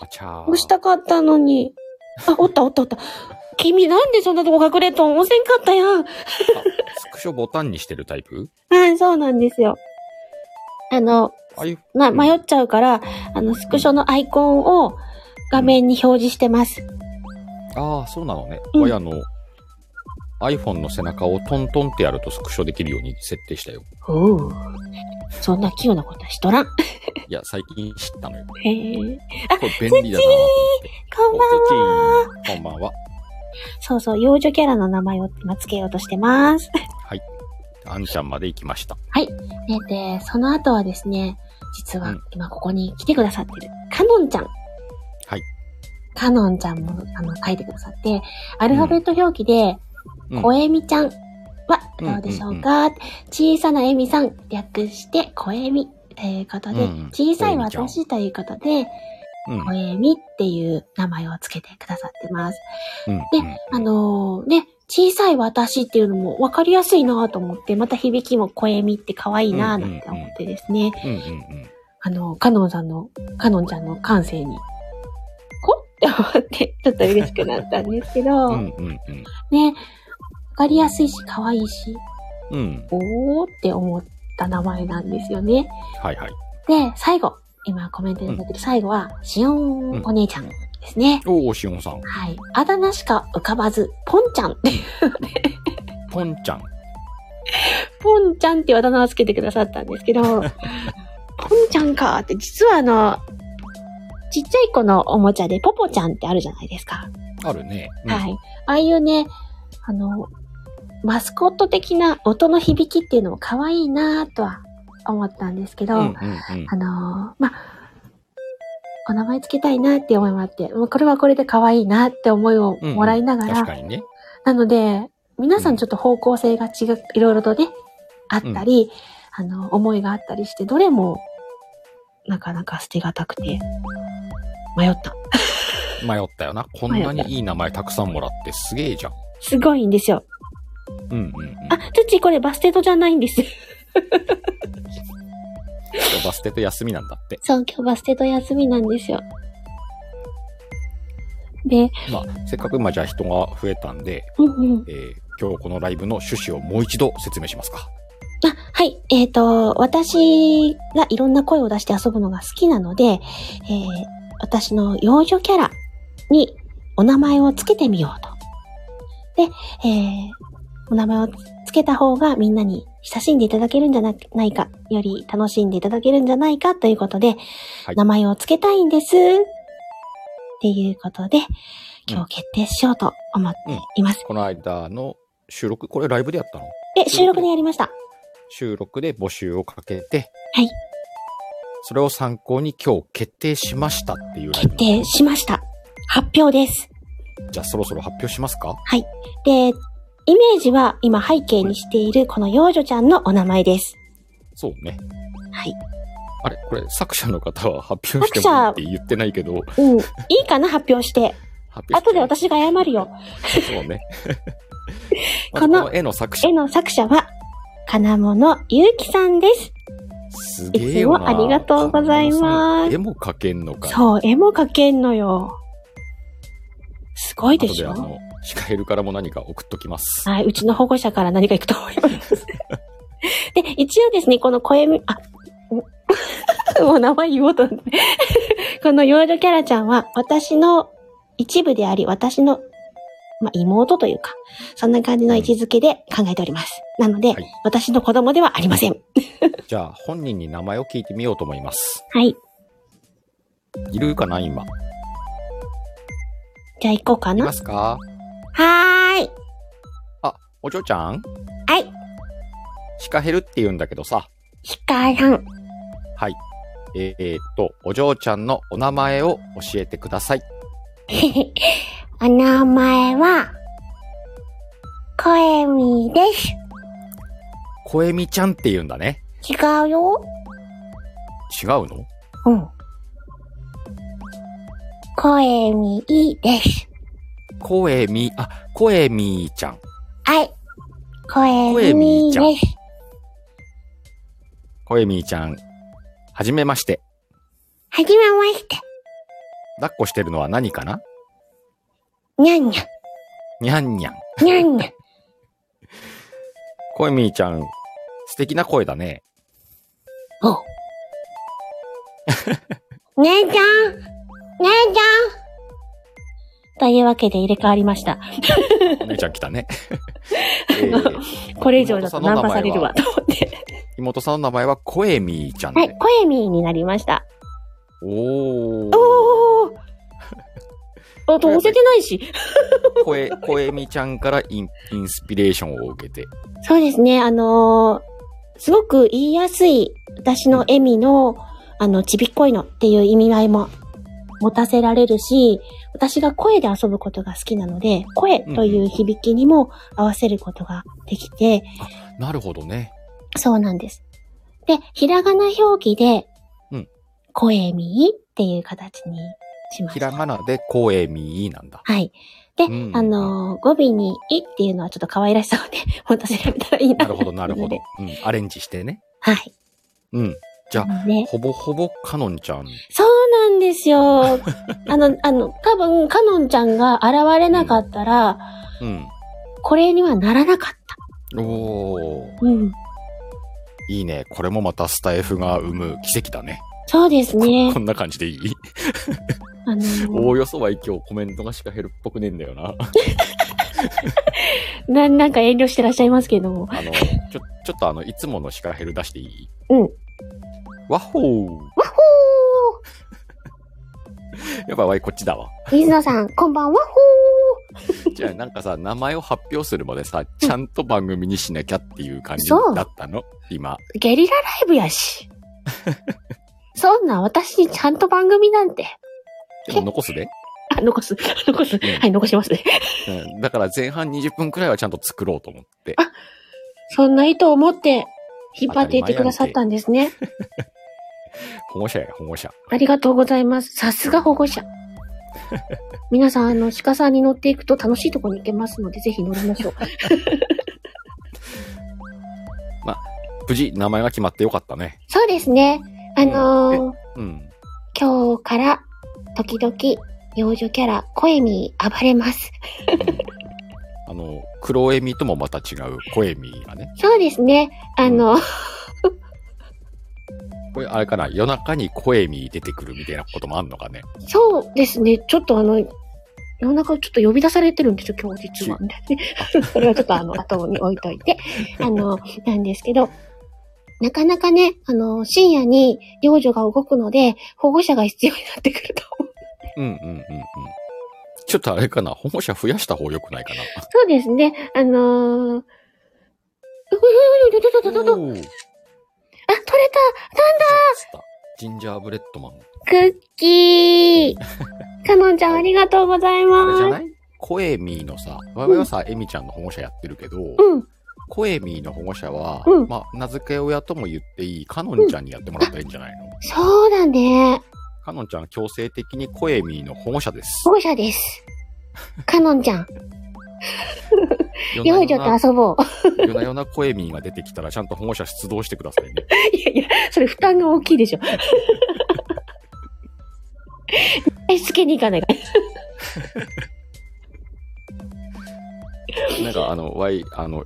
[SPEAKER 2] あちゃー。
[SPEAKER 1] 押したかったのに。あ、おったおったおった。君なんでそんなとこ隠れとんおせんかったやん。
[SPEAKER 2] あスクショボタンにしてるタイプ
[SPEAKER 1] はい、そうなんですよ。あの、
[SPEAKER 2] ああいう、
[SPEAKER 1] ま、迷っちゃうから、あの、スクショのアイコンを画面に表示してます。
[SPEAKER 2] ああ、そうなのね。
[SPEAKER 1] うん
[SPEAKER 2] 親の iPhone の背中をトントンってやるとスクショできるように設定したよ。
[SPEAKER 1] おう。そんな器用なことはしとらん。
[SPEAKER 2] いや、最近知ったのよ。
[SPEAKER 1] へえ。
[SPEAKER 2] これ便利だなと
[SPEAKER 1] こんばんは。
[SPEAKER 2] 思って。おつちーんこんばんは。
[SPEAKER 1] そうそう、幼女キャラの名前を今つけようとしてます。
[SPEAKER 2] はい。あんちゃんまで行きました。
[SPEAKER 1] えで、その後はですね、実
[SPEAKER 2] う
[SPEAKER 1] は
[SPEAKER 2] ん
[SPEAKER 1] 今ここに来てくださってる、カノンちゃん。
[SPEAKER 2] はい。
[SPEAKER 1] カノンちゃんも、あの、書いてくださって、アルファベット表記で、
[SPEAKER 2] うん
[SPEAKER 1] こえみちゃんはどうでしょうか、小さなえみさん、略して、こえみ。ということで、
[SPEAKER 2] うんうん
[SPEAKER 1] 小さい
[SPEAKER 2] こえみちゃん
[SPEAKER 1] 私ということで、
[SPEAKER 2] うん。
[SPEAKER 1] こえみっていう名前をつけてくださってます。
[SPEAKER 2] うん。
[SPEAKER 1] で
[SPEAKER 2] うん
[SPEAKER 1] あのーね、小さい私っていうのも分かりやすいなと思って、また響きも声みって可愛いなぁなんて思ってですね、
[SPEAKER 2] うんうんうん。
[SPEAKER 1] あのー、カノンさんの、カノンちゃんの感性に、こって思って、 ちょっと嬉しくなったんですけ ど、
[SPEAKER 2] うんうんうん。
[SPEAKER 1] ね、分かりやすいし可愛いし、
[SPEAKER 2] うん。
[SPEAKER 1] おーって思った名前なんですよね。
[SPEAKER 2] はいはい。
[SPEAKER 1] で、最後、今コメントで出てる最後は、しおんお姉ちゃんですね。
[SPEAKER 2] おお、しおんさん。
[SPEAKER 1] はい。あだ名しか浮かばず、ポンちゃん って
[SPEAKER 2] ぽんちゃん。
[SPEAKER 1] ポンちゃんっていうあだ名をつけてくださったんです けど、ポンちゃんかって、実はあの、ちっちゃい子のおもちゃでポポちゃんってあるじゃないですか。
[SPEAKER 2] あるね。うん
[SPEAKER 1] はい。ああいうね、あの、マスコット的な音の響きっていうのも可愛いなぁとは思ったんですけど、
[SPEAKER 2] うんうんうん
[SPEAKER 1] あのーまあ、お名前つけたいなっていう思いもあって、もうこれはこれで可愛いなって思いをもらいながら、
[SPEAKER 2] 確かにね。
[SPEAKER 1] なので、皆さんちょっと方向性が違う、いろいろとね、あったり、あの、思いがあったりして、どれも、なかなか捨てがたくて、迷った。
[SPEAKER 2] 迷ったよな。こんなにいい名前たくさんもらってすげえじゃん。
[SPEAKER 1] すごいんですよ。
[SPEAKER 2] うんうんうん。
[SPEAKER 1] あ、土地これバステトじゃないんです。
[SPEAKER 2] 今日バステと休みなんだって。
[SPEAKER 1] そう、今日バステト休みなんですよ。で、
[SPEAKER 2] まあ、せっかく今じゃあ人が増えたんで、
[SPEAKER 1] うんうん。
[SPEAKER 2] えー今日このライブの趣旨をもう一度説明しますか。
[SPEAKER 1] あ、はい。えっ、と、私がいろんな声を出して遊ぶのが好きなので、えー私の幼女キャラにお名前をつけてみようと。で、えーお名前をつけた方がみんなに親しんでいただけるんじゃなないか、より楽しんでいただけるんじゃないかということで、
[SPEAKER 2] はい
[SPEAKER 1] 名前をつけたいんです。っていうことで、今日決定しようと思っています。
[SPEAKER 2] この間の収録、これライブでやったの
[SPEAKER 1] で、収録でやりました。
[SPEAKER 2] 収録で募集をかけて、
[SPEAKER 1] はい。
[SPEAKER 2] それを参考に今日決定しましたっていうライブ
[SPEAKER 1] 決。定しました。発表です。
[SPEAKER 2] じゃあそろそろ発表しますか
[SPEAKER 1] で、イメージは今背景にしているこの幼女ちゃんのお名前です。
[SPEAKER 2] そうね。
[SPEAKER 1] はい。
[SPEAKER 2] あれこれ作者の方は発表してもいいって言ってないけど、
[SPEAKER 1] うん。いいかな発表して。
[SPEAKER 2] 発表
[SPEAKER 1] 後で私が謝るよ。
[SPEAKER 2] そう ね。ま
[SPEAKER 1] こ
[SPEAKER 2] ず
[SPEAKER 1] の
[SPEAKER 2] この絵の作者
[SPEAKER 1] 絵、の作者は、金物ゆうきさんです。
[SPEAKER 2] すげえよ
[SPEAKER 1] いつ
[SPEAKER 2] な。
[SPEAKER 1] もありがとうございます
[SPEAKER 2] 絵も描けんのか。
[SPEAKER 1] そう、絵も描けんのよ。すごいで
[SPEAKER 2] 後
[SPEAKER 1] し
[SPEAKER 2] であ
[SPEAKER 1] ょ
[SPEAKER 2] の、シカエルからも何か送っときます。
[SPEAKER 1] はい、うちの保護者から何か行くと思います。 で、一応ですね、この声み、あ、んもう名前言おうと思って。この幼女キャラちゃんは、私の一部であり、私の、まあ、妹というか、そんな感じの位置づけで考えております。なので、
[SPEAKER 2] はい
[SPEAKER 1] 私の子供ではありません。
[SPEAKER 2] じゃあ、本人に名前を聞いてみようと思います。
[SPEAKER 1] はい。
[SPEAKER 2] いるかな今。
[SPEAKER 1] じゃあ行こうか
[SPEAKER 2] い
[SPEAKER 1] な。は
[SPEAKER 2] ますか
[SPEAKER 1] ーい。
[SPEAKER 2] あ、お嬢ちゃん
[SPEAKER 1] はい。
[SPEAKER 2] シカヘルって言うんだけどさ。
[SPEAKER 1] ヒカさん。
[SPEAKER 2] はい。えー、えーっと、お嬢ちゃんのお名前を教えてください。
[SPEAKER 1] お名前は、こえみです。
[SPEAKER 2] こえみちゃんって言うんだね。
[SPEAKER 1] 違うよ。
[SPEAKER 2] 違うの
[SPEAKER 1] うん。声にいいです。
[SPEAKER 2] こえみ、あ、こえみちゃん。
[SPEAKER 1] はい。声にいい
[SPEAKER 2] 声
[SPEAKER 1] です。
[SPEAKER 2] こえみちゃん。はじめまして。
[SPEAKER 1] はじめまして。
[SPEAKER 2] 抱っこしてるのは何かな
[SPEAKER 1] にゃんにゃ
[SPEAKER 2] にゃんにゃん。
[SPEAKER 1] ん、にゃんにゃん。
[SPEAKER 2] コイミーちゃん、素敵な声だね。
[SPEAKER 1] お う。姉ちゃん姉ちゃんというわけで入れ替わりました。
[SPEAKER 2] お姉ちゃん来 たね。えー
[SPEAKER 1] これ以上だとナンパされるわ、と思って。
[SPEAKER 2] 妹さんの名前はコエミーちゃんで。
[SPEAKER 1] はい、声ミーになりました。
[SPEAKER 2] おー。
[SPEAKER 1] おーあと、押せてないし。
[SPEAKER 2] 声、声みちゃんからインインスピレーションを受けて。
[SPEAKER 1] そうですね、あのーすごく言いやすい、私の笑みの、あの、ちびっこいのっていう意味合いも持たせられるし、私が声で遊ぶことが好きなので、声という響きにも合わせることができて、
[SPEAKER 2] なるほどね。
[SPEAKER 1] そうなんです。で、ひらがな表記で、
[SPEAKER 2] うん
[SPEAKER 1] 声みっていう形にしま
[SPEAKER 2] ひ
[SPEAKER 1] した。
[SPEAKER 2] らがなで声みーなんだ。
[SPEAKER 1] はい。で、
[SPEAKER 2] うん
[SPEAKER 1] あのー語尾に、いっていうのはちょっと可愛らしそうで、 持たせられたらいいな。
[SPEAKER 2] なるほど、なる ほど。。うん、アレンジしてね。
[SPEAKER 1] はい。
[SPEAKER 2] うん。じゃあ
[SPEAKER 1] ね、
[SPEAKER 2] ほぼほぼカノンちゃん。
[SPEAKER 1] そうなんですよ。 あの、あの、多分、かのんちゃんが現れなかったら、
[SPEAKER 2] うん。
[SPEAKER 1] これにはならなかっ
[SPEAKER 2] おー。
[SPEAKER 1] た。うん。
[SPEAKER 2] いいね。これもまたスタイフが生む奇跡だね。
[SPEAKER 1] そうですね
[SPEAKER 2] こ。こんな感じでいい
[SPEAKER 1] あ
[SPEAKER 2] お
[SPEAKER 1] の、
[SPEAKER 2] およそは今日コメントがしか減るっぽくねえんだよな。
[SPEAKER 1] な、なんか遠慮してらっしゃいますけども。
[SPEAKER 2] あの、ちょ、ちょっとあの、いつものシカヘル出していい
[SPEAKER 1] うん。
[SPEAKER 2] ワッホーやっぱワイこっちだわ。
[SPEAKER 1] 水野さん、こんばんは。
[SPEAKER 2] じゃあなんかさ、名前を発表するまでさ、ちゃんと番組にしなきゃっていう感じ
[SPEAKER 1] そう
[SPEAKER 2] だったの今。
[SPEAKER 1] ゲリラライブや し。そんな、私にちゃんと番組なんて。
[SPEAKER 2] でも残すで。
[SPEAKER 1] あ、残す。残す。はい、残しますね。
[SPEAKER 2] うん。だから前半20分くらいはちゃんと作ろうと思って。
[SPEAKER 1] そんな意図を持って、引っ張っていてくださったんですね。
[SPEAKER 2] 保護者や、保護者。
[SPEAKER 1] ありがとうございます。さすが保護 者。皆さん、あの、鹿さんに乗っていくと楽しいところに行けますので、ぜひ乗りまし ょう。
[SPEAKER 2] 無事、名前が決まってよかったね。
[SPEAKER 1] そうですね。あのー
[SPEAKER 2] うん。
[SPEAKER 1] 今日から、時々、幼女キャラ、声に暴れます。
[SPEAKER 2] あの、黒エミともまた違う、コエミがね。
[SPEAKER 1] そうですね。あの、
[SPEAKER 2] これ、あれかな、夜中にコエミ出てくるみたいなこともあんのかね。
[SPEAKER 1] そうですね。ちょっとあの、夜中ちょっと呼び出されてるんですよ、今日実は。みたいなね それはちょっとあの、後に置いとい て。あの、なんですけど、なかなかね、あの、深夜に幼女が動くので、保護者が必要になってくると。
[SPEAKER 2] うんうんうんうん。ちょっとあれかな、保護者増やした方が良くないかな。
[SPEAKER 1] そうですね。あのー、あ、取れたなんだ
[SPEAKER 2] おージンジャーブレッドマン。
[SPEAKER 1] クッキーかのんちゃんありがとうござい
[SPEAKER 2] あれ
[SPEAKER 1] ま
[SPEAKER 2] じゃ
[SPEAKER 1] す。
[SPEAKER 2] ないコエミーのさ、我々はさ、エミちゃんの保護者やってるけど、
[SPEAKER 1] うん。
[SPEAKER 2] コエミーの保護者は、
[SPEAKER 1] うん
[SPEAKER 2] まあ、名付け親とも言っていい、カノンちゃんにやってもらったらいいんじゃないの、
[SPEAKER 1] そうだね。
[SPEAKER 2] カノンちゃんは強制的にコエミーの保護者です
[SPEAKER 1] 保。護者 です。かのんちゃん、幼
[SPEAKER 2] 夜
[SPEAKER 1] 女
[SPEAKER 2] な夜な
[SPEAKER 1] と遊ぼう。
[SPEAKER 2] 夜な夜なコエミーが出てきたら、ちゃんと保護者出動してください ね。
[SPEAKER 1] いやいや、それ負担が大きい でしょ。え、つけに行かないから。
[SPEAKER 2] なんかあの、ワイ、あの、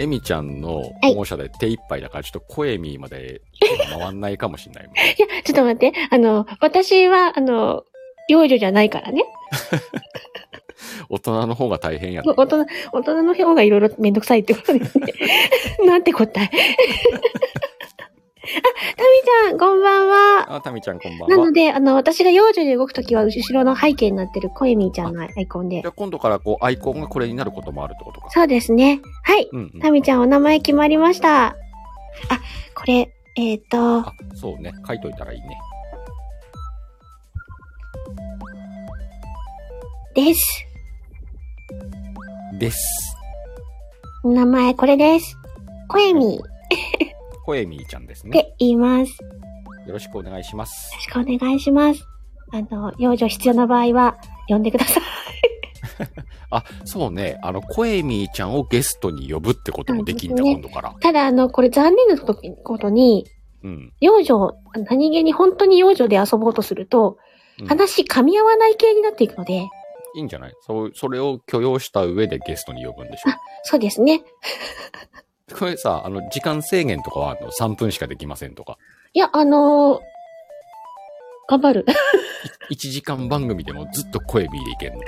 [SPEAKER 2] エミちゃんの保護者で手一杯だから、ちょっとコエミーまで回んないかもしれ ないもん。
[SPEAKER 1] いや、ちょっと待って。あの、私は、あの、幼女じゃないからね。
[SPEAKER 2] 大人の方が大変やね
[SPEAKER 1] 大人、大人の方がいろいろめんどくさいってことですね。なんて答え。 あ、タミちゃん、こんばんは。
[SPEAKER 2] あ、タミちゃんこんばん
[SPEAKER 1] なの
[SPEAKER 2] は。
[SPEAKER 1] で、あの、私が幼女で動くときは、後ろの背景になってるコエミーちゃんのアイコンで
[SPEAKER 2] じゃ。あ今度からこう、アイコンがこれになることもあるってことか。
[SPEAKER 1] そうですね。はい。
[SPEAKER 2] うん、うん。
[SPEAKER 1] タミちゃん、お名前決まりました。あ、これ、えっ、と、
[SPEAKER 2] あ、そうね。書いといたらいいね。
[SPEAKER 1] です。
[SPEAKER 2] です。
[SPEAKER 1] 名前これです。コエミーっ
[SPEAKER 2] コエミーちゃんですね。
[SPEAKER 1] て言います。よ
[SPEAKER 2] よろしくお願いします
[SPEAKER 1] ろ。しくお願いします。あの、養女必要な場合は、呼んでください。
[SPEAKER 2] あ、そうね。あの、コエミーちゃんをゲストに呼ぶってこともできんだ、
[SPEAKER 1] うんね
[SPEAKER 2] 今度から。
[SPEAKER 1] ただ、あの、これ残念なことことに、
[SPEAKER 2] うん。
[SPEAKER 1] 養女、何気に本当に養女で遊ぼうとすると、
[SPEAKER 2] うん
[SPEAKER 1] 話噛み合わない系になっていくので、
[SPEAKER 2] いいんじゃないそう、それを許容した上でゲストに呼ぶんでし
[SPEAKER 1] そうですね。
[SPEAKER 2] ょ。これさ、あの、時間制限とかはあるの ?3 分しかできませんとか。
[SPEAKER 1] いや、あのー頑張る。
[SPEAKER 2] 1時間番組でもずっと声ビーでいけんの。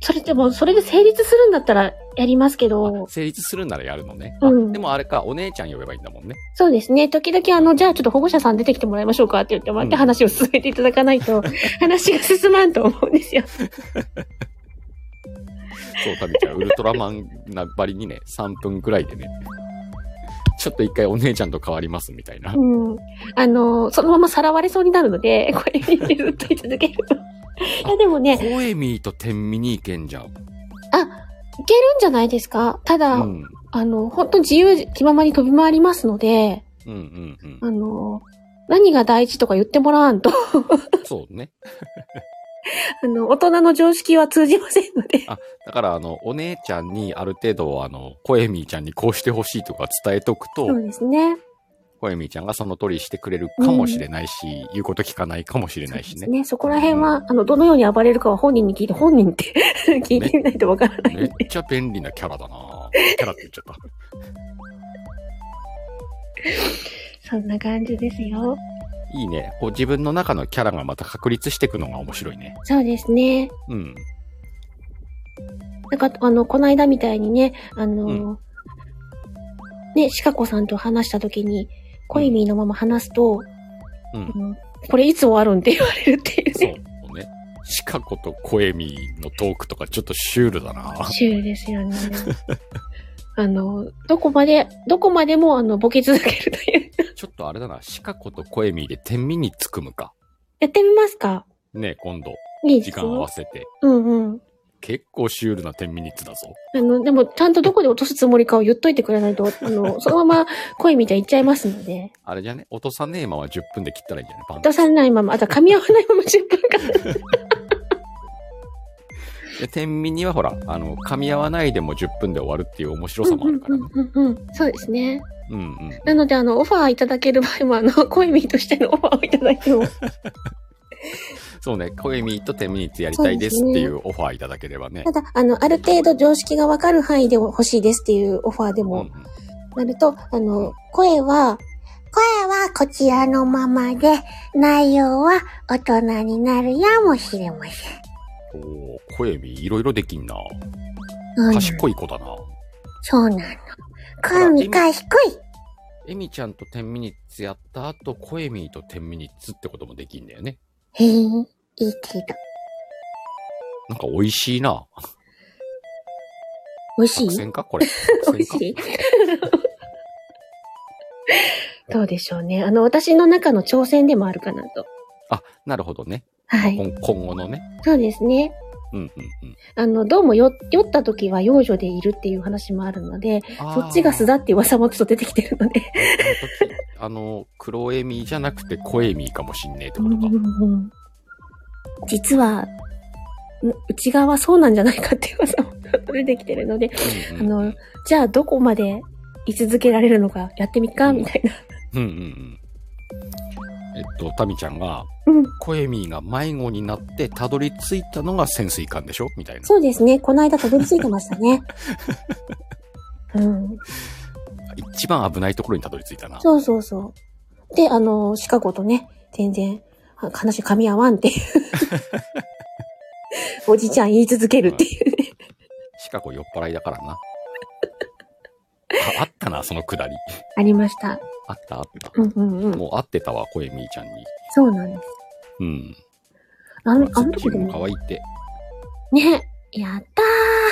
[SPEAKER 1] それでも、それで成立するんだったらやりますけど
[SPEAKER 2] あ、成立するならやるのね。
[SPEAKER 1] うん
[SPEAKER 2] あでもあれか、お姉ちゃん呼べばいいんだもんね。
[SPEAKER 1] そうですね。時々あの、じゃあちょっと保護者さん出てきてもらいましょうかって言ってもらって
[SPEAKER 2] うん
[SPEAKER 1] 話を進めていただかないと、話が進まんと思うんですよ。
[SPEAKER 2] そう、タミちゃん、ウルトラマンなばりにね、3分くらいでね、ちょっと一回お姉ちゃんと変わりますみたいな
[SPEAKER 1] う。ん。あの、そのままさらわれそうになるので、これにずっと居続ける。いや、でもね、いけるん
[SPEAKER 2] 声ミーと天ミに行けんじゃん。
[SPEAKER 1] じゃないですか。ただ、
[SPEAKER 2] うん。
[SPEAKER 1] あの、本当自由気ままに飛び回りますので、
[SPEAKER 2] うんうんうん。
[SPEAKER 1] あの、何が大事とか言ってもらわんと、
[SPEAKER 2] そうね。
[SPEAKER 1] あの、大人の常識は通じませんので。
[SPEAKER 2] だから、あの、お姉ちゃんにある程度、あの、声ミーちゃんにこうしてほしいとか伝えとくと、
[SPEAKER 1] そうですね。
[SPEAKER 2] 声ミーちゃんがその通りしてくれるかもしれないし、言うこと聞かないかもしれないし
[SPEAKER 1] そうで
[SPEAKER 2] ね
[SPEAKER 1] す。ね。そこら辺は、あの、どのように暴れるかは本人に聞いて、本人って聞いてみないとわからないん
[SPEAKER 2] め
[SPEAKER 1] で
[SPEAKER 2] っ。ちゃ便利なキャラだなキャラって言っちゃった。
[SPEAKER 1] そんな感じですよ。
[SPEAKER 2] いいね。こう自分の中のキャラがまた確立していくのが面白いね。
[SPEAKER 1] そうですね。
[SPEAKER 2] うん。
[SPEAKER 1] なんか、あの、この間みたいにね、あの、
[SPEAKER 2] う
[SPEAKER 1] ね、シカ子さんと話した時に、コイミーのまま話すと、
[SPEAKER 2] うん。
[SPEAKER 1] あのこれいつ終わるんって言われるっていう
[SPEAKER 2] そ
[SPEAKER 1] ね。
[SPEAKER 2] うね。シカ子とコエミのトークとかちょっとシュール だな
[SPEAKER 1] シュールです よね。あの、どこまで、どこまでも、あの、ボケ続けるという。
[SPEAKER 2] ちょっとあれだな。シカ子とコエミで天秤につくむか。
[SPEAKER 1] やってみますか
[SPEAKER 2] ねえ今度、
[SPEAKER 1] いいで
[SPEAKER 2] 時
[SPEAKER 1] す
[SPEAKER 2] 間合わ
[SPEAKER 1] よ。
[SPEAKER 2] せて。
[SPEAKER 1] うんうん。
[SPEAKER 2] 結構シュールな天秤につだぞ。
[SPEAKER 1] あの、でも、ちゃんとどこで落とすつもりかを言っといてくれないと、あの、 そのまま恋みたいに言っちゃいますので、
[SPEAKER 2] あれじゃね落とさねえまま10分で切ったらいいんじゃないパン
[SPEAKER 1] 出さないまま、あとは噛み合わないまま10分間。
[SPEAKER 2] で天秤にはほら、あの、噛み合わないでも10分で終わるっていう面白さもあるからね。
[SPEAKER 1] うんうんうんうんうんそうですね。
[SPEAKER 2] うんうん。
[SPEAKER 1] なので、あの、オファーいただける場合も、あの、恋みとしてのオファーをいただいても、
[SPEAKER 2] そうね。コエミと天秤につやりたいですっていうオファーいただければね
[SPEAKER 1] た。だ、あの、ある程度常識がわかる範囲で欲しいですっていうオファーで
[SPEAKER 2] うんう
[SPEAKER 1] も
[SPEAKER 2] ん
[SPEAKER 1] なると、あの、声は、声はこちらのままで、内容は大人になるやもしれません。
[SPEAKER 2] おーコエミいろいろできんな。
[SPEAKER 1] うん
[SPEAKER 2] 賢い子だな。
[SPEAKER 1] そうなの。
[SPEAKER 2] ら
[SPEAKER 1] 神賢い
[SPEAKER 2] エミちゃんと10ミニッツやった後、コエミと10ミニッツってこともできんだよね。
[SPEAKER 1] へえ、いいけど。
[SPEAKER 2] なんか美味しいな。
[SPEAKER 1] 美味しい
[SPEAKER 2] 作戦かこれ。
[SPEAKER 1] 美味しい どうでしょうね。あの、私の中の挑戦でもあるかなと。
[SPEAKER 2] あ、なるほどね。
[SPEAKER 1] はい。
[SPEAKER 2] 今今後のね。
[SPEAKER 1] そうですね。
[SPEAKER 2] うんうんうん。
[SPEAKER 1] あの、どうもよ、酔った時は幼女でいるっていう話もあるので、そっちが巣
[SPEAKER 2] だ。
[SPEAKER 1] だっていう噂もちょっと出てきてるので。
[SPEAKER 2] あの時あの、黒エミじゃなくてコエミかもしんねえってことか。
[SPEAKER 1] 実は、ん内側はそうなんじゃないかっていう噂も 出てきてるので、
[SPEAKER 2] う
[SPEAKER 1] あ
[SPEAKER 2] んうんうん
[SPEAKER 1] の、じゃあどこまで居続けられるのかやってみっかみたいな。
[SPEAKER 2] うんうんうん。えっと、タミちゃんが、
[SPEAKER 1] うん。
[SPEAKER 2] コエミが迷子になってたどり着いたのが潜水艦でしょみたいな。
[SPEAKER 1] そうですね。この間たどり着いてました ね。うん。
[SPEAKER 2] 一番危ないところにたどり着いたな。
[SPEAKER 1] そうそうそう。で、あの、シカゴとね、全然、あ話噛み合わん っていう。おじちゃん言い続けるっていうね。
[SPEAKER 2] シカゴ酔っ払いだからな。ああったな、そのくだり。
[SPEAKER 1] ありました。
[SPEAKER 2] あったあった。
[SPEAKER 1] うんうんうん。
[SPEAKER 2] もう会ってたわ、コエミーちゃんに。
[SPEAKER 1] そうなんです。
[SPEAKER 2] うん。
[SPEAKER 1] あの、あの
[SPEAKER 2] ズ
[SPEAKER 1] 時
[SPEAKER 2] ッキ
[SPEAKER 1] で
[SPEAKER 2] ーニも可
[SPEAKER 1] も。
[SPEAKER 2] 愛いって。
[SPEAKER 1] ね。やった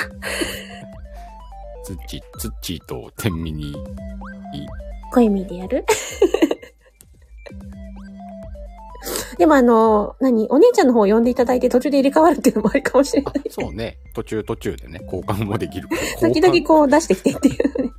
[SPEAKER 1] ー。
[SPEAKER 2] ツッチー、ツッチーと天秤に。
[SPEAKER 1] 恋見でやる でもあの、何お姉ちゃんの方を呼んでいただいて途中で入れ替わるっていうのもありかもしれな
[SPEAKER 2] あ
[SPEAKER 1] い。、
[SPEAKER 2] そうね。途中途中でね、交換もで きるから。
[SPEAKER 1] 時
[SPEAKER 2] 交
[SPEAKER 1] 々
[SPEAKER 2] 換
[SPEAKER 1] こう出してきてっていう ね。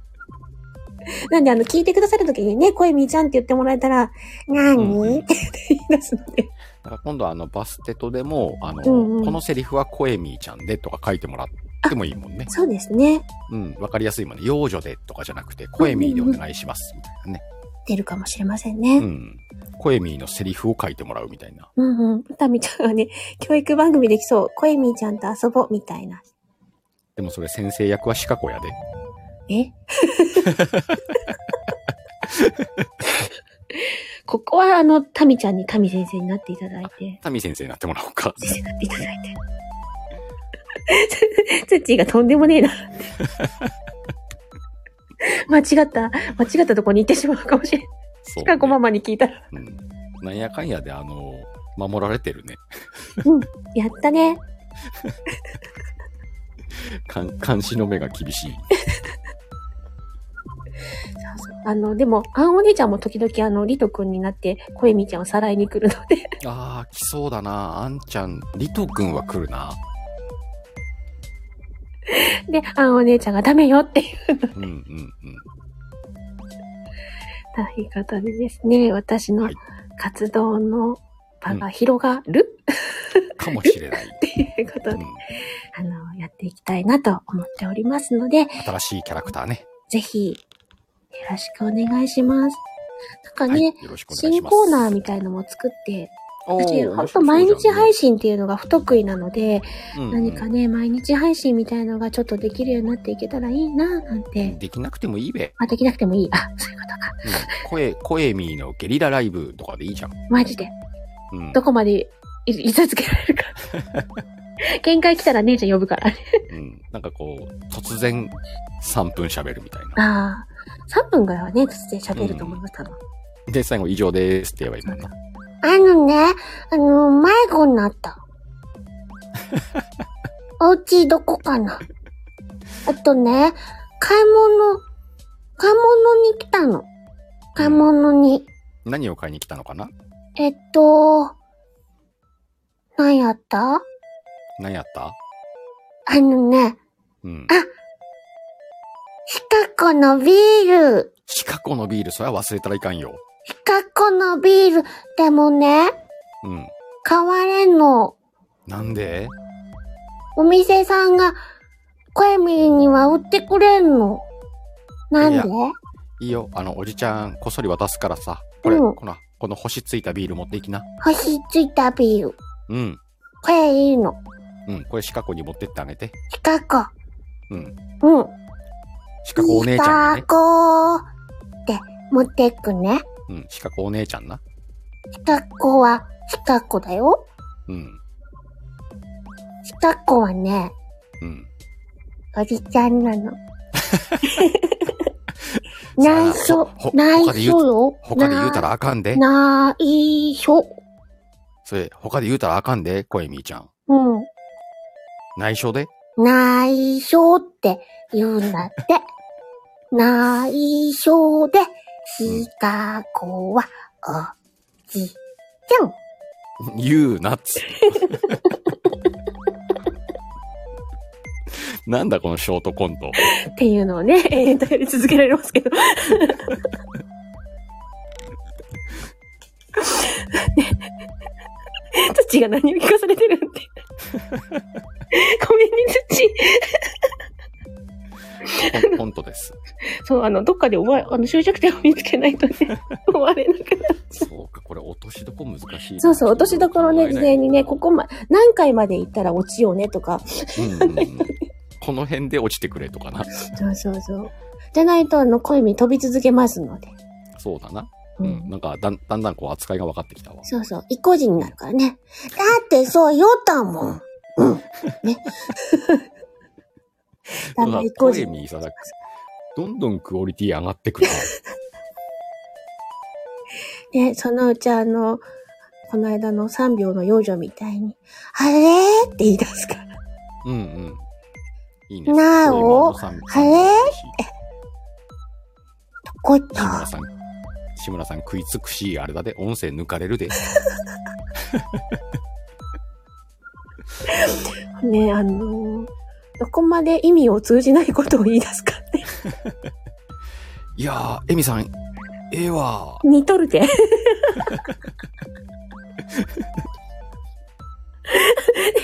[SPEAKER 1] なんであの、聞いてくださるときにね、声みーちゃんって言ってもらえたら、なー
[SPEAKER 2] うん
[SPEAKER 1] にって言い出すので。
[SPEAKER 2] だから今度あの、バステトでも、あの、
[SPEAKER 1] うんうん
[SPEAKER 2] このセリフはコエミーちゃんでとか書いてもらってもいいもんね。
[SPEAKER 1] そうですね。
[SPEAKER 2] うん、わかりやすいもんね。幼女でとかじゃなくて、コエミーでお願いします。みたいなね。
[SPEAKER 1] ってるかもしれません
[SPEAKER 2] う
[SPEAKER 1] ね。
[SPEAKER 2] ん。コエミーのセリフを書いてもらうみたいな。
[SPEAKER 1] うん、うん、うたみちゃんはね、教育番組できそう。コエミーちゃんと遊ぼう、みたいな。
[SPEAKER 2] でもそれ先生役はシカ子やで。
[SPEAKER 1] え ここはあの、タミちゃんにタミ先生になっていただいて、
[SPEAKER 2] タミ先生になってもらお うか。
[SPEAKER 1] 先生になって いただいて。ツッチーがとんでもねえな。間違った、間違ったとこに行ってしまうかもしれん。
[SPEAKER 2] そう、
[SPEAKER 1] シカゴママに聞いたら。
[SPEAKER 2] うん。なんやかんやで、あの、守られてるね。
[SPEAKER 1] やったね。
[SPEAKER 2] かん監視の目が厳 しい。
[SPEAKER 1] そうそうあの、でも、あんお姉ちゃんも時々あの、リト君になって、コエミちゃんをさらいに来るので、
[SPEAKER 2] ああ、来そうだな。あんちゃん、リト君は来るな。
[SPEAKER 1] で、 あんお姉ちゃんがダメよっていう
[SPEAKER 2] うんうんうん。
[SPEAKER 1] ということでですね、私の
[SPEAKER 2] はい
[SPEAKER 1] 活動の場が広がる、
[SPEAKER 2] かもしれない。
[SPEAKER 1] っていうこと
[SPEAKER 2] う
[SPEAKER 1] で、
[SPEAKER 2] ん。
[SPEAKER 1] あの、やっていきたいなと思っておりますので、
[SPEAKER 2] 新しいキャラクターね。
[SPEAKER 1] ぜひ、よろしくお願いします。なんか
[SPEAKER 2] はい。
[SPEAKER 1] ね、
[SPEAKER 2] よろしくお願いし
[SPEAKER 1] 新
[SPEAKER 2] ます。
[SPEAKER 1] コーナーみたいのも作って、
[SPEAKER 2] おー
[SPEAKER 1] 私、ほ
[SPEAKER 2] 面白
[SPEAKER 1] ん
[SPEAKER 2] そ
[SPEAKER 1] と
[SPEAKER 2] う
[SPEAKER 1] 毎
[SPEAKER 2] じ
[SPEAKER 1] 日
[SPEAKER 2] ゃんね
[SPEAKER 1] 配信っていうのが不得意なので、
[SPEAKER 2] うんうん
[SPEAKER 1] 何かね、毎日配信みたいのがちょっとできるようになっていけたらいいなぁなんて。
[SPEAKER 2] できなくてもいいべ。
[SPEAKER 1] まあ、できなくてもいい。あ、そういうことか。
[SPEAKER 2] うん、声、声ミーのゲリラライブとかでいいじゃん。
[SPEAKER 1] マジで。
[SPEAKER 2] うん。
[SPEAKER 1] どこまでいいざつけられる か。限界来たら姉ちゃん呼ぶから。
[SPEAKER 2] うん、なんかこう、突然3分喋るみたいな。
[SPEAKER 1] ああ、3分ぐらいはね、突然喋ると思います、多分。
[SPEAKER 2] で、最後、以上ですって言えばいいもんな。
[SPEAKER 1] あのね、あの、迷子にな った。お家どこかなあとね、買い物、買い物に来たの。買い物に。
[SPEAKER 2] 何を買いに来たのかな
[SPEAKER 1] えっと、何やった
[SPEAKER 2] 何やった
[SPEAKER 1] あのね、
[SPEAKER 2] うん。
[SPEAKER 1] シカゴのビール。
[SPEAKER 2] シカゴのビール、それは忘れたらいかんよ。
[SPEAKER 1] シカゴのビール。でもね、
[SPEAKER 2] うん。
[SPEAKER 1] 買われんの。
[SPEAKER 2] なんで
[SPEAKER 1] お店さんが、コエミーには売ってくれんの。なん
[SPEAKER 2] い
[SPEAKER 1] で
[SPEAKER 2] やいいよ。あの、おじちゃん、こっそり渡すからさ。これ、
[SPEAKER 1] うん
[SPEAKER 2] この、この星ついたビール持っていきな。
[SPEAKER 1] 星ついたビール。
[SPEAKER 2] うん。
[SPEAKER 1] これいいの。
[SPEAKER 2] うん。これ、シカゴに持ってってあげて。
[SPEAKER 1] シカゴ。
[SPEAKER 2] うん。
[SPEAKER 1] うん。
[SPEAKER 2] シカゴお姉ち
[SPEAKER 1] シカ
[SPEAKER 2] ゃんにね。
[SPEAKER 1] ゴって持ってくね。
[SPEAKER 2] うん。シカゴお姉ちゃんな。
[SPEAKER 1] シカゴは、シカゴだよ。
[SPEAKER 2] うん。
[SPEAKER 1] シカゴはね、
[SPEAKER 2] うん。
[SPEAKER 1] おじちゃんなの。
[SPEAKER 2] さ
[SPEAKER 1] 内
[SPEAKER 2] あ
[SPEAKER 1] 緒
[SPEAKER 2] ほ、
[SPEAKER 1] 内
[SPEAKER 2] 他で言
[SPEAKER 1] 緒
[SPEAKER 2] う
[SPEAKER 1] よ。
[SPEAKER 2] 他で言うたらあかんで。
[SPEAKER 1] な。内緒。
[SPEAKER 2] それ、他で言うたらあかんで、声みーちゃん。
[SPEAKER 1] うん。
[SPEAKER 2] 内緒で
[SPEAKER 1] 内緒って言うんだって。内緒で、シカゴは、おじちゃん。
[SPEAKER 2] 言うなっつって。 なんだこのショートコント。
[SPEAKER 1] っていうのをね、永遠とやり続けられますけど。ね土が何を聞かされてるんで。ごめんね、土。
[SPEAKER 2] コンコントです。
[SPEAKER 1] そう、あの、どっかで終わ、あの、終着点を見つけないとね、終われなくなる。
[SPEAKER 2] そうか、これ落としどこ難しいな。
[SPEAKER 1] そうそう、落としどころね、
[SPEAKER 2] 考え
[SPEAKER 1] 事
[SPEAKER 2] ない
[SPEAKER 1] 前にね、ここま、何回まで行ったら落ちようねとか。
[SPEAKER 2] うんうんうんこの辺で落ちてくれとかな。
[SPEAKER 1] そうそうそう。じゃないと、あの、恋に飛び続けますので。
[SPEAKER 2] そうだな。
[SPEAKER 1] う。
[SPEAKER 2] うんん。なんかだん、だんだんこう扱いが分かってきたわ。
[SPEAKER 1] そうそう、意固地になるからね。だってそう言ったもん。うん。ね。 だんだん意固
[SPEAKER 2] 声
[SPEAKER 1] 地
[SPEAKER 2] にさ、どんどんクオリティ上がってくるな。
[SPEAKER 1] ね、そのうちあの、この間の3秒の幼女みたいに、あれって言い出すから。
[SPEAKER 2] うんうん。いいね。
[SPEAKER 1] なお
[SPEAKER 2] 声も
[SPEAKER 1] あれ
[SPEAKER 2] さ
[SPEAKER 1] こっ
[SPEAKER 2] 志村
[SPEAKER 1] た。
[SPEAKER 2] さん、志村さん食いつくし、あれだで、音声抜かれるで。
[SPEAKER 1] ね、あのーどこまで意味を通じないことを言い出すかって。
[SPEAKER 2] いやー、エミさん、ええわ
[SPEAKER 1] 似とるで。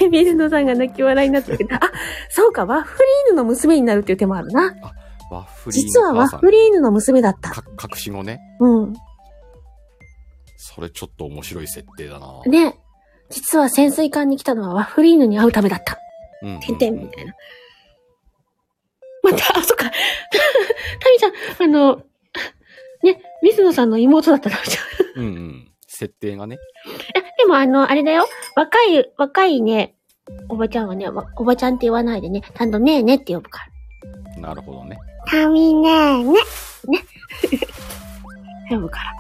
[SPEAKER 1] で水野さんが泣き笑いになってるけど、あ、そうか、ワッフリーヌの娘になるっていう手もあるな。
[SPEAKER 2] ー。ワッフリー
[SPEAKER 1] 実はワッフ
[SPEAKER 2] リ
[SPEAKER 1] リーヌの娘だった。
[SPEAKER 2] か隠し子ね。
[SPEAKER 1] うん。
[SPEAKER 2] それちょっと面白い設定だな。
[SPEAKER 1] ね。実は潜水艦に来たのはワッフリーヌに会うためだった。
[SPEAKER 2] うんうんうん。
[SPEAKER 1] てんてんみたいな。また、あ、そっか。タミちゃん、あの、ね、水野さんの妹だったタミちゃん。
[SPEAKER 2] うんうん。設定がね。
[SPEAKER 1] えでもあの、あれだよ。若い、若いね、おばちゃんはね、わおばちゃんって言わないでね、ちゃんとねえねって呼ぶから。
[SPEAKER 2] なるほどね。
[SPEAKER 1] タミねーね。ね。呼ぶから。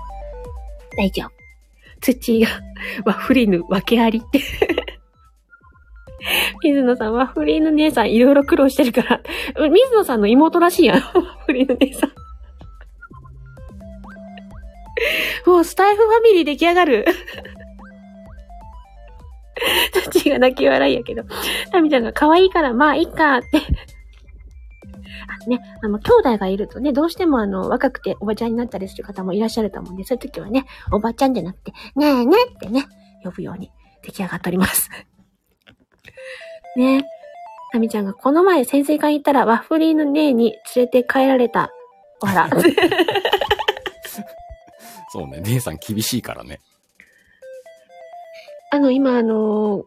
[SPEAKER 1] 大丈夫。土が、ワッフリーヌ、訳あり って。水野さん、ワッフリーヌ姉さん、いろいろ苦労してるから。うん水野さんの妹らしいやん。ワ ッフリーヌ姉さん。もう、スタイフファミリー出来上がる。 土が泣き笑いやけど。タミちゃんが可愛いから、まあ、いいかって。ね、あの、兄弟がいるとね、どうしてもあの、若くておばちゃんになったりする方もいらっしゃると思うんで、そういう時はね、おばちゃんじゃなくて、ねえねえってね、呼ぶように出来上がっております。 ねえ。タミちゃんがこの前潜水艦行ったらワッフリーの姉に連れて帰られた。わ ら。
[SPEAKER 2] そうね。姉さん厳しいからね。
[SPEAKER 1] あの、今あのー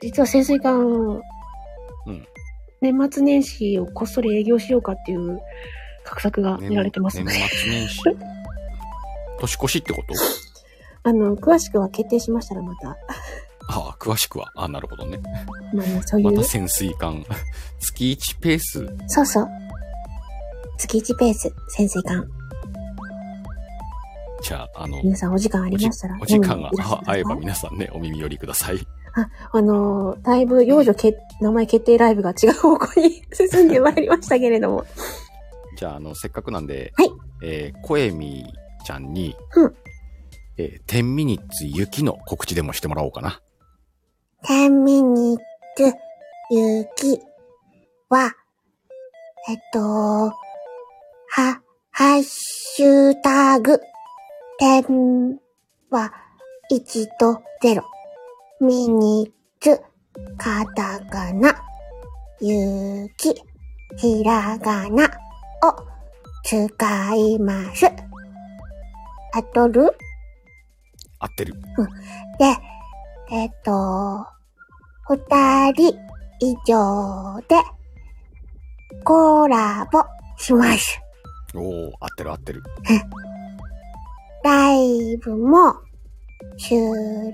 [SPEAKER 1] 実は潜水艦、
[SPEAKER 2] ん
[SPEAKER 1] 年末年始をこっそり営業しようかっていう画策が見られてます
[SPEAKER 2] 年
[SPEAKER 1] ね。
[SPEAKER 2] 末年始。年越しってこと
[SPEAKER 1] あの、詳しくは決定しましたらまた、
[SPEAKER 2] ああ、詳しくは。ああ、なるほどね。
[SPEAKER 1] まあね、そういう
[SPEAKER 2] ま
[SPEAKER 1] ね
[SPEAKER 2] た潜水艦。 月1ペース。
[SPEAKER 1] そうそう。月1ペース、潜水艦。
[SPEAKER 2] じゃあ、あの、
[SPEAKER 1] 皆さんお時間あ
[SPEAKER 2] お
[SPEAKER 1] り
[SPEAKER 2] じ
[SPEAKER 1] ましたら。
[SPEAKER 2] お時間
[SPEAKER 1] 飲
[SPEAKER 2] が
[SPEAKER 1] みにいらっしゃいますか
[SPEAKER 2] 合えば皆さんね、お耳寄りください。
[SPEAKER 1] あのー、だいぶ幼女け、名前決定ライブが違う方向に 進んでまいりましたけれども。
[SPEAKER 2] じゃあ、あの、せっかくなんで、
[SPEAKER 1] はい
[SPEAKER 2] えー、こえみちゃんに、
[SPEAKER 1] うん
[SPEAKER 2] えー、10ミニッツ雪の告知でもしてもらおうかな。
[SPEAKER 1] 10ミニッツ、雪は、えっと、は、ハッシュタグ、10は1と0。ミニッツ、カタカナ、雪、ひらがなを使います。あとる
[SPEAKER 2] 合ってる。
[SPEAKER 1] で、えっ、と、二人以上でコラボします。
[SPEAKER 2] おお合ってる合ってる。
[SPEAKER 1] ライブも収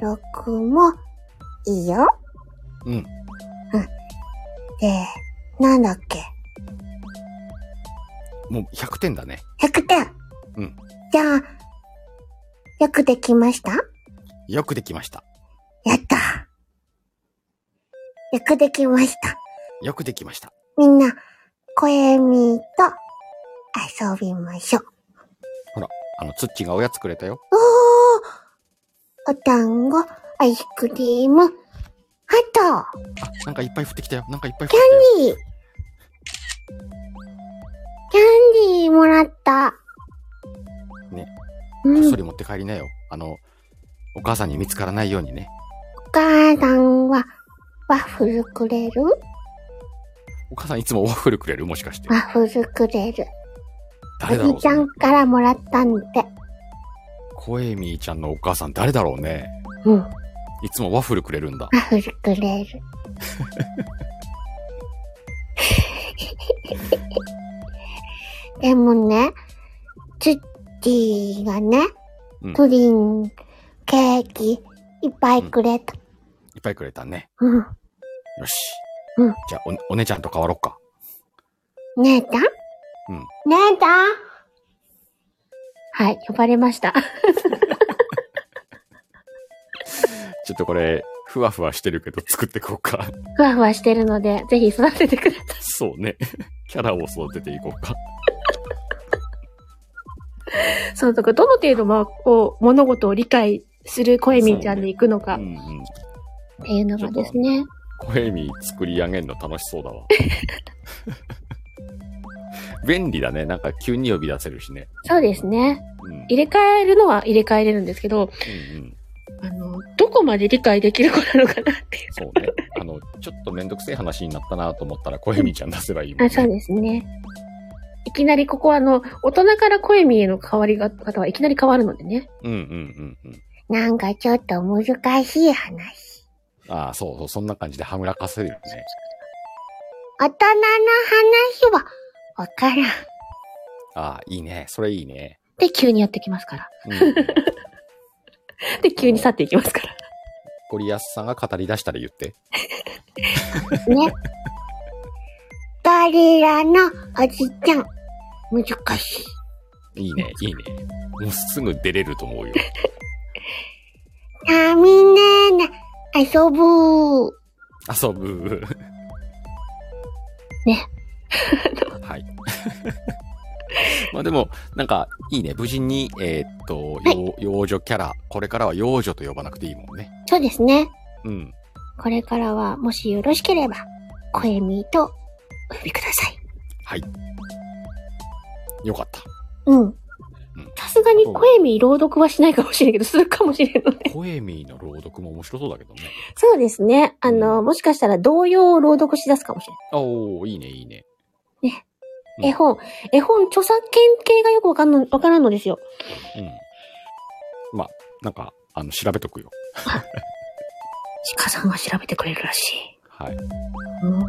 [SPEAKER 1] 録もいいよ。
[SPEAKER 2] うん
[SPEAKER 1] うん。で、なんだっけ
[SPEAKER 2] もう100点だね。
[SPEAKER 1] ?100 点
[SPEAKER 2] うん。
[SPEAKER 1] じゃあ、よくできました
[SPEAKER 2] よくできました。
[SPEAKER 1] やったよくできました。
[SPEAKER 2] よくできました。
[SPEAKER 1] みんな、声みと遊びましょう。
[SPEAKER 2] あの、つっちがおやつくれたよ。
[SPEAKER 1] おーお団子、アイスクリーム、ハト、
[SPEAKER 2] あ、なんかいっぱい降ってきたよ。なんかいっぱい降って
[SPEAKER 1] キ
[SPEAKER 2] きたよ。
[SPEAKER 1] ャンディー。キャンディーもらった。
[SPEAKER 2] ね。
[SPEAKER 1] う
[SPEAKER 2] こっ
[SPEAKER 1] ん
[SPEAKER 2] そ。り持って帰りなよ。あの、お母さんに見つからないようにね。
[SPEAKER 1] お母さんは、ワッフルくれる
[SPEAKER 2] お母さんいつもワッフルくれるもしかして
[SPEAKER 1] ワ。ッフルくれる。
[SPEAKER 2] 誰
[SPEAKER 1] お
[SPEAKER 2] だろ
[SPEAKER 1] じちゃ
[SPEAKER 2] うん
[SPEAKER 1] からもらったんで。
[SPEAKER 2] コエミーちゃんのお母さん誰だろうね。
[SPEAKER 1] うん。ワ
[SPEAKER 2] いつもワッフルくれるんだ。
[SPEAKER 1] ッフルくれる。 でもね、ツッチーがね、
[SPEAKER 2] うん
[SPEAKER 1] プリン、ケーキ、いっぱいくれた。
[SPEAKER 2] いっぱいくれたね。
[SPEAKER 1] うん。
[SPEAKER 2] よし。
[SPEAKER 1] うん
[SPEAKER 2] じゃあお、お姉ちゃんと変わろっか。
[SPEAKER 1] 姉ちゃん
[SPEAKER 2] うん。
[SPEAKER 1] 姉ちゃんはい、呼ばれました。
[SPEAKER 2] ちょっとこれ、ふわふわしてるけど作ってこうか。
[SPEAKER 1] ふわふわしてるので、ぜひ育ててください。
[SPEAKER 2] そうね。キャラを育てていこうか。
[SPEAKER 1] そう、だからどの程度まこう物事を理解する声みーちゃんでいくのか
[SPEAKER 2] う
[SPEAKER 1] っ
[SPEAKER 2] んうん。
[SPEAKER 1] ていうのがですね。
[SPEAKER 2] コエミ作り上げるの楽しそうだわ。 便利だね。なんか急に呼び出せるしね。
[SPEAKER 1] そうですね。
[SPEAKER 2] うん。うん
[SPEAKER 1] 入れ替えるのは入れ替えれるんですけど、
[SPEAKER 2] うん。
[SPEAKER 1] あの、どこまで理解できる子なのかなっていう。
[SPEAKER 2] そうね。あの、ちょっとめんどくせえ話になったなと思ったら、コエミちゃん出せばいいもん、
[SPEAKER 1] あ、
[SPEAKER 2] ね。
[SPEAKER 1] そうですね。いきなりここはあの、大人から声見えの変わり方はいきなり変わるのでね。
[SPEAKER 2] うんうんうんうん。
[SPEAKER 1] なんかちょっと難しい話。
[SPEAKER 2] ああ、そうそう、そんな感じではむらかせるよね。
[SPEAKER 1] 大人の話は、わからん。っ
[SPEAKER 2] ああ、いいね。それいいね。
[SPEAKER 1] て急にやってきますから。
[SPEAKER 2] うんうん。
[SPEAKER 1] で、急に去っていきますから。
[SPEAKER 2] ゴリアスさんが語り出したら言って。
[SPEAKER 1] ね。ゴリラのおじちゃん、難しい。
[SPEAKER 2] いいね、いいね。もうすぐ出れると思うよ。
[SPEAKER 1] タミネーネ、遊ぶー。
[SPEAKER 2] 遊ぶ。
[SPEAKER 1] ね。
[SPEAKER 2] はい。 まあでも、なんか、いいね。無事に、えーっと、よう幼女キャラ。これからは幼女と呼ばなくていいもんね。
[SPEAKER 1] そうですね。
[SPEAKER 2] うん。
[SPEAKER 1] これからは、もしよろしければ、声みと、お呼びください。
[SPEAKER 2] よかった。
[SPEAKER 1] うん。さすがに声み朗読はしないかもしれんけど、するかもしれんので。
[SPEAKER 2] ポエミーの朗読も面白そうだけどね。
[SPEAKER 1] そうですね。あの、もしかしたら童謡を朗読し出すかもしれん。
[SPEAKER 2] おー、いいね、いいね。うん
[SPEAKER 1] 絵本、絵本、著作権系がよくわかんの、わからんのですよ。
[SPEAKER 2] うん。まあ、なんか、あの、調べとくよ。
[SPEAKER 1] 鹿さんが調べてくれるらしい。
[SPEAKER 2] はい。
[SPEAKER 1] うん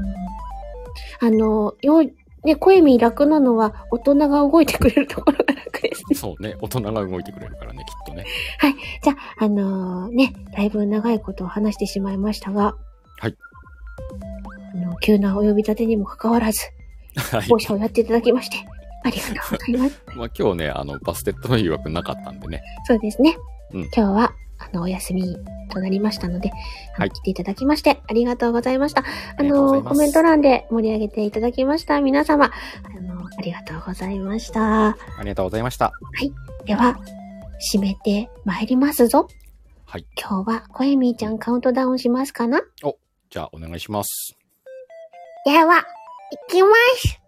[SPEAKER 1] あの、よう、ね、声見楽なのは大人が動いてくれるところが楽ですね。
[SPEAKER 2] そうね。 大人が動いてくれるからね、きっとね。
[SPEAKER 1] じゃあ、あのね、だいぶ長いことを話してしまいましたが、
[SPEAKER 2] はい。
[SPEAKER 1] あの、急なお呼び立てにもかかわらず、
[SPEAKER 2] はい。
[SPEAKER 1] 放射をやっていただきまして、ありがとうござい ます。
[SPEAKER 2] まあ今日ね、あの、バステットの誘惑なかったんでね。
[SPEAKER 1] そうですね。
[SPEAKER 2] うん
[SPEAKER 1] 今日は、あの、お休みとなりましたので、あの
[SPEAKER 2] はい
[SPEAKER 1] 来ていただきまして、ありがとうございました。あ
[SPEAKER 2] ありがとうござ
[SPEAKER 1] の、
[SPEAKER 2] いま
[SPEAKER 1] コ
[SPEAKER 2] す
[SPEAKER 1] メント欄で盛り上げていただきました皆様、あの、ありがとうございました。
[SPEAKER 2] ありがとうございました。
[SPEAKER 1] では、締めて参りますぞ。
[SPEAKER 2] はい。
[SPEAKER 1] 今日は、こえみーちゃんカウントダウンしますかな
[SPEAKER 2] じゃあ、お願いします。
[SPEAKER 1] では、いきます。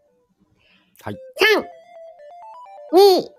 [SPEAKER 2] はい。
[SPEAKER 1] 3、2、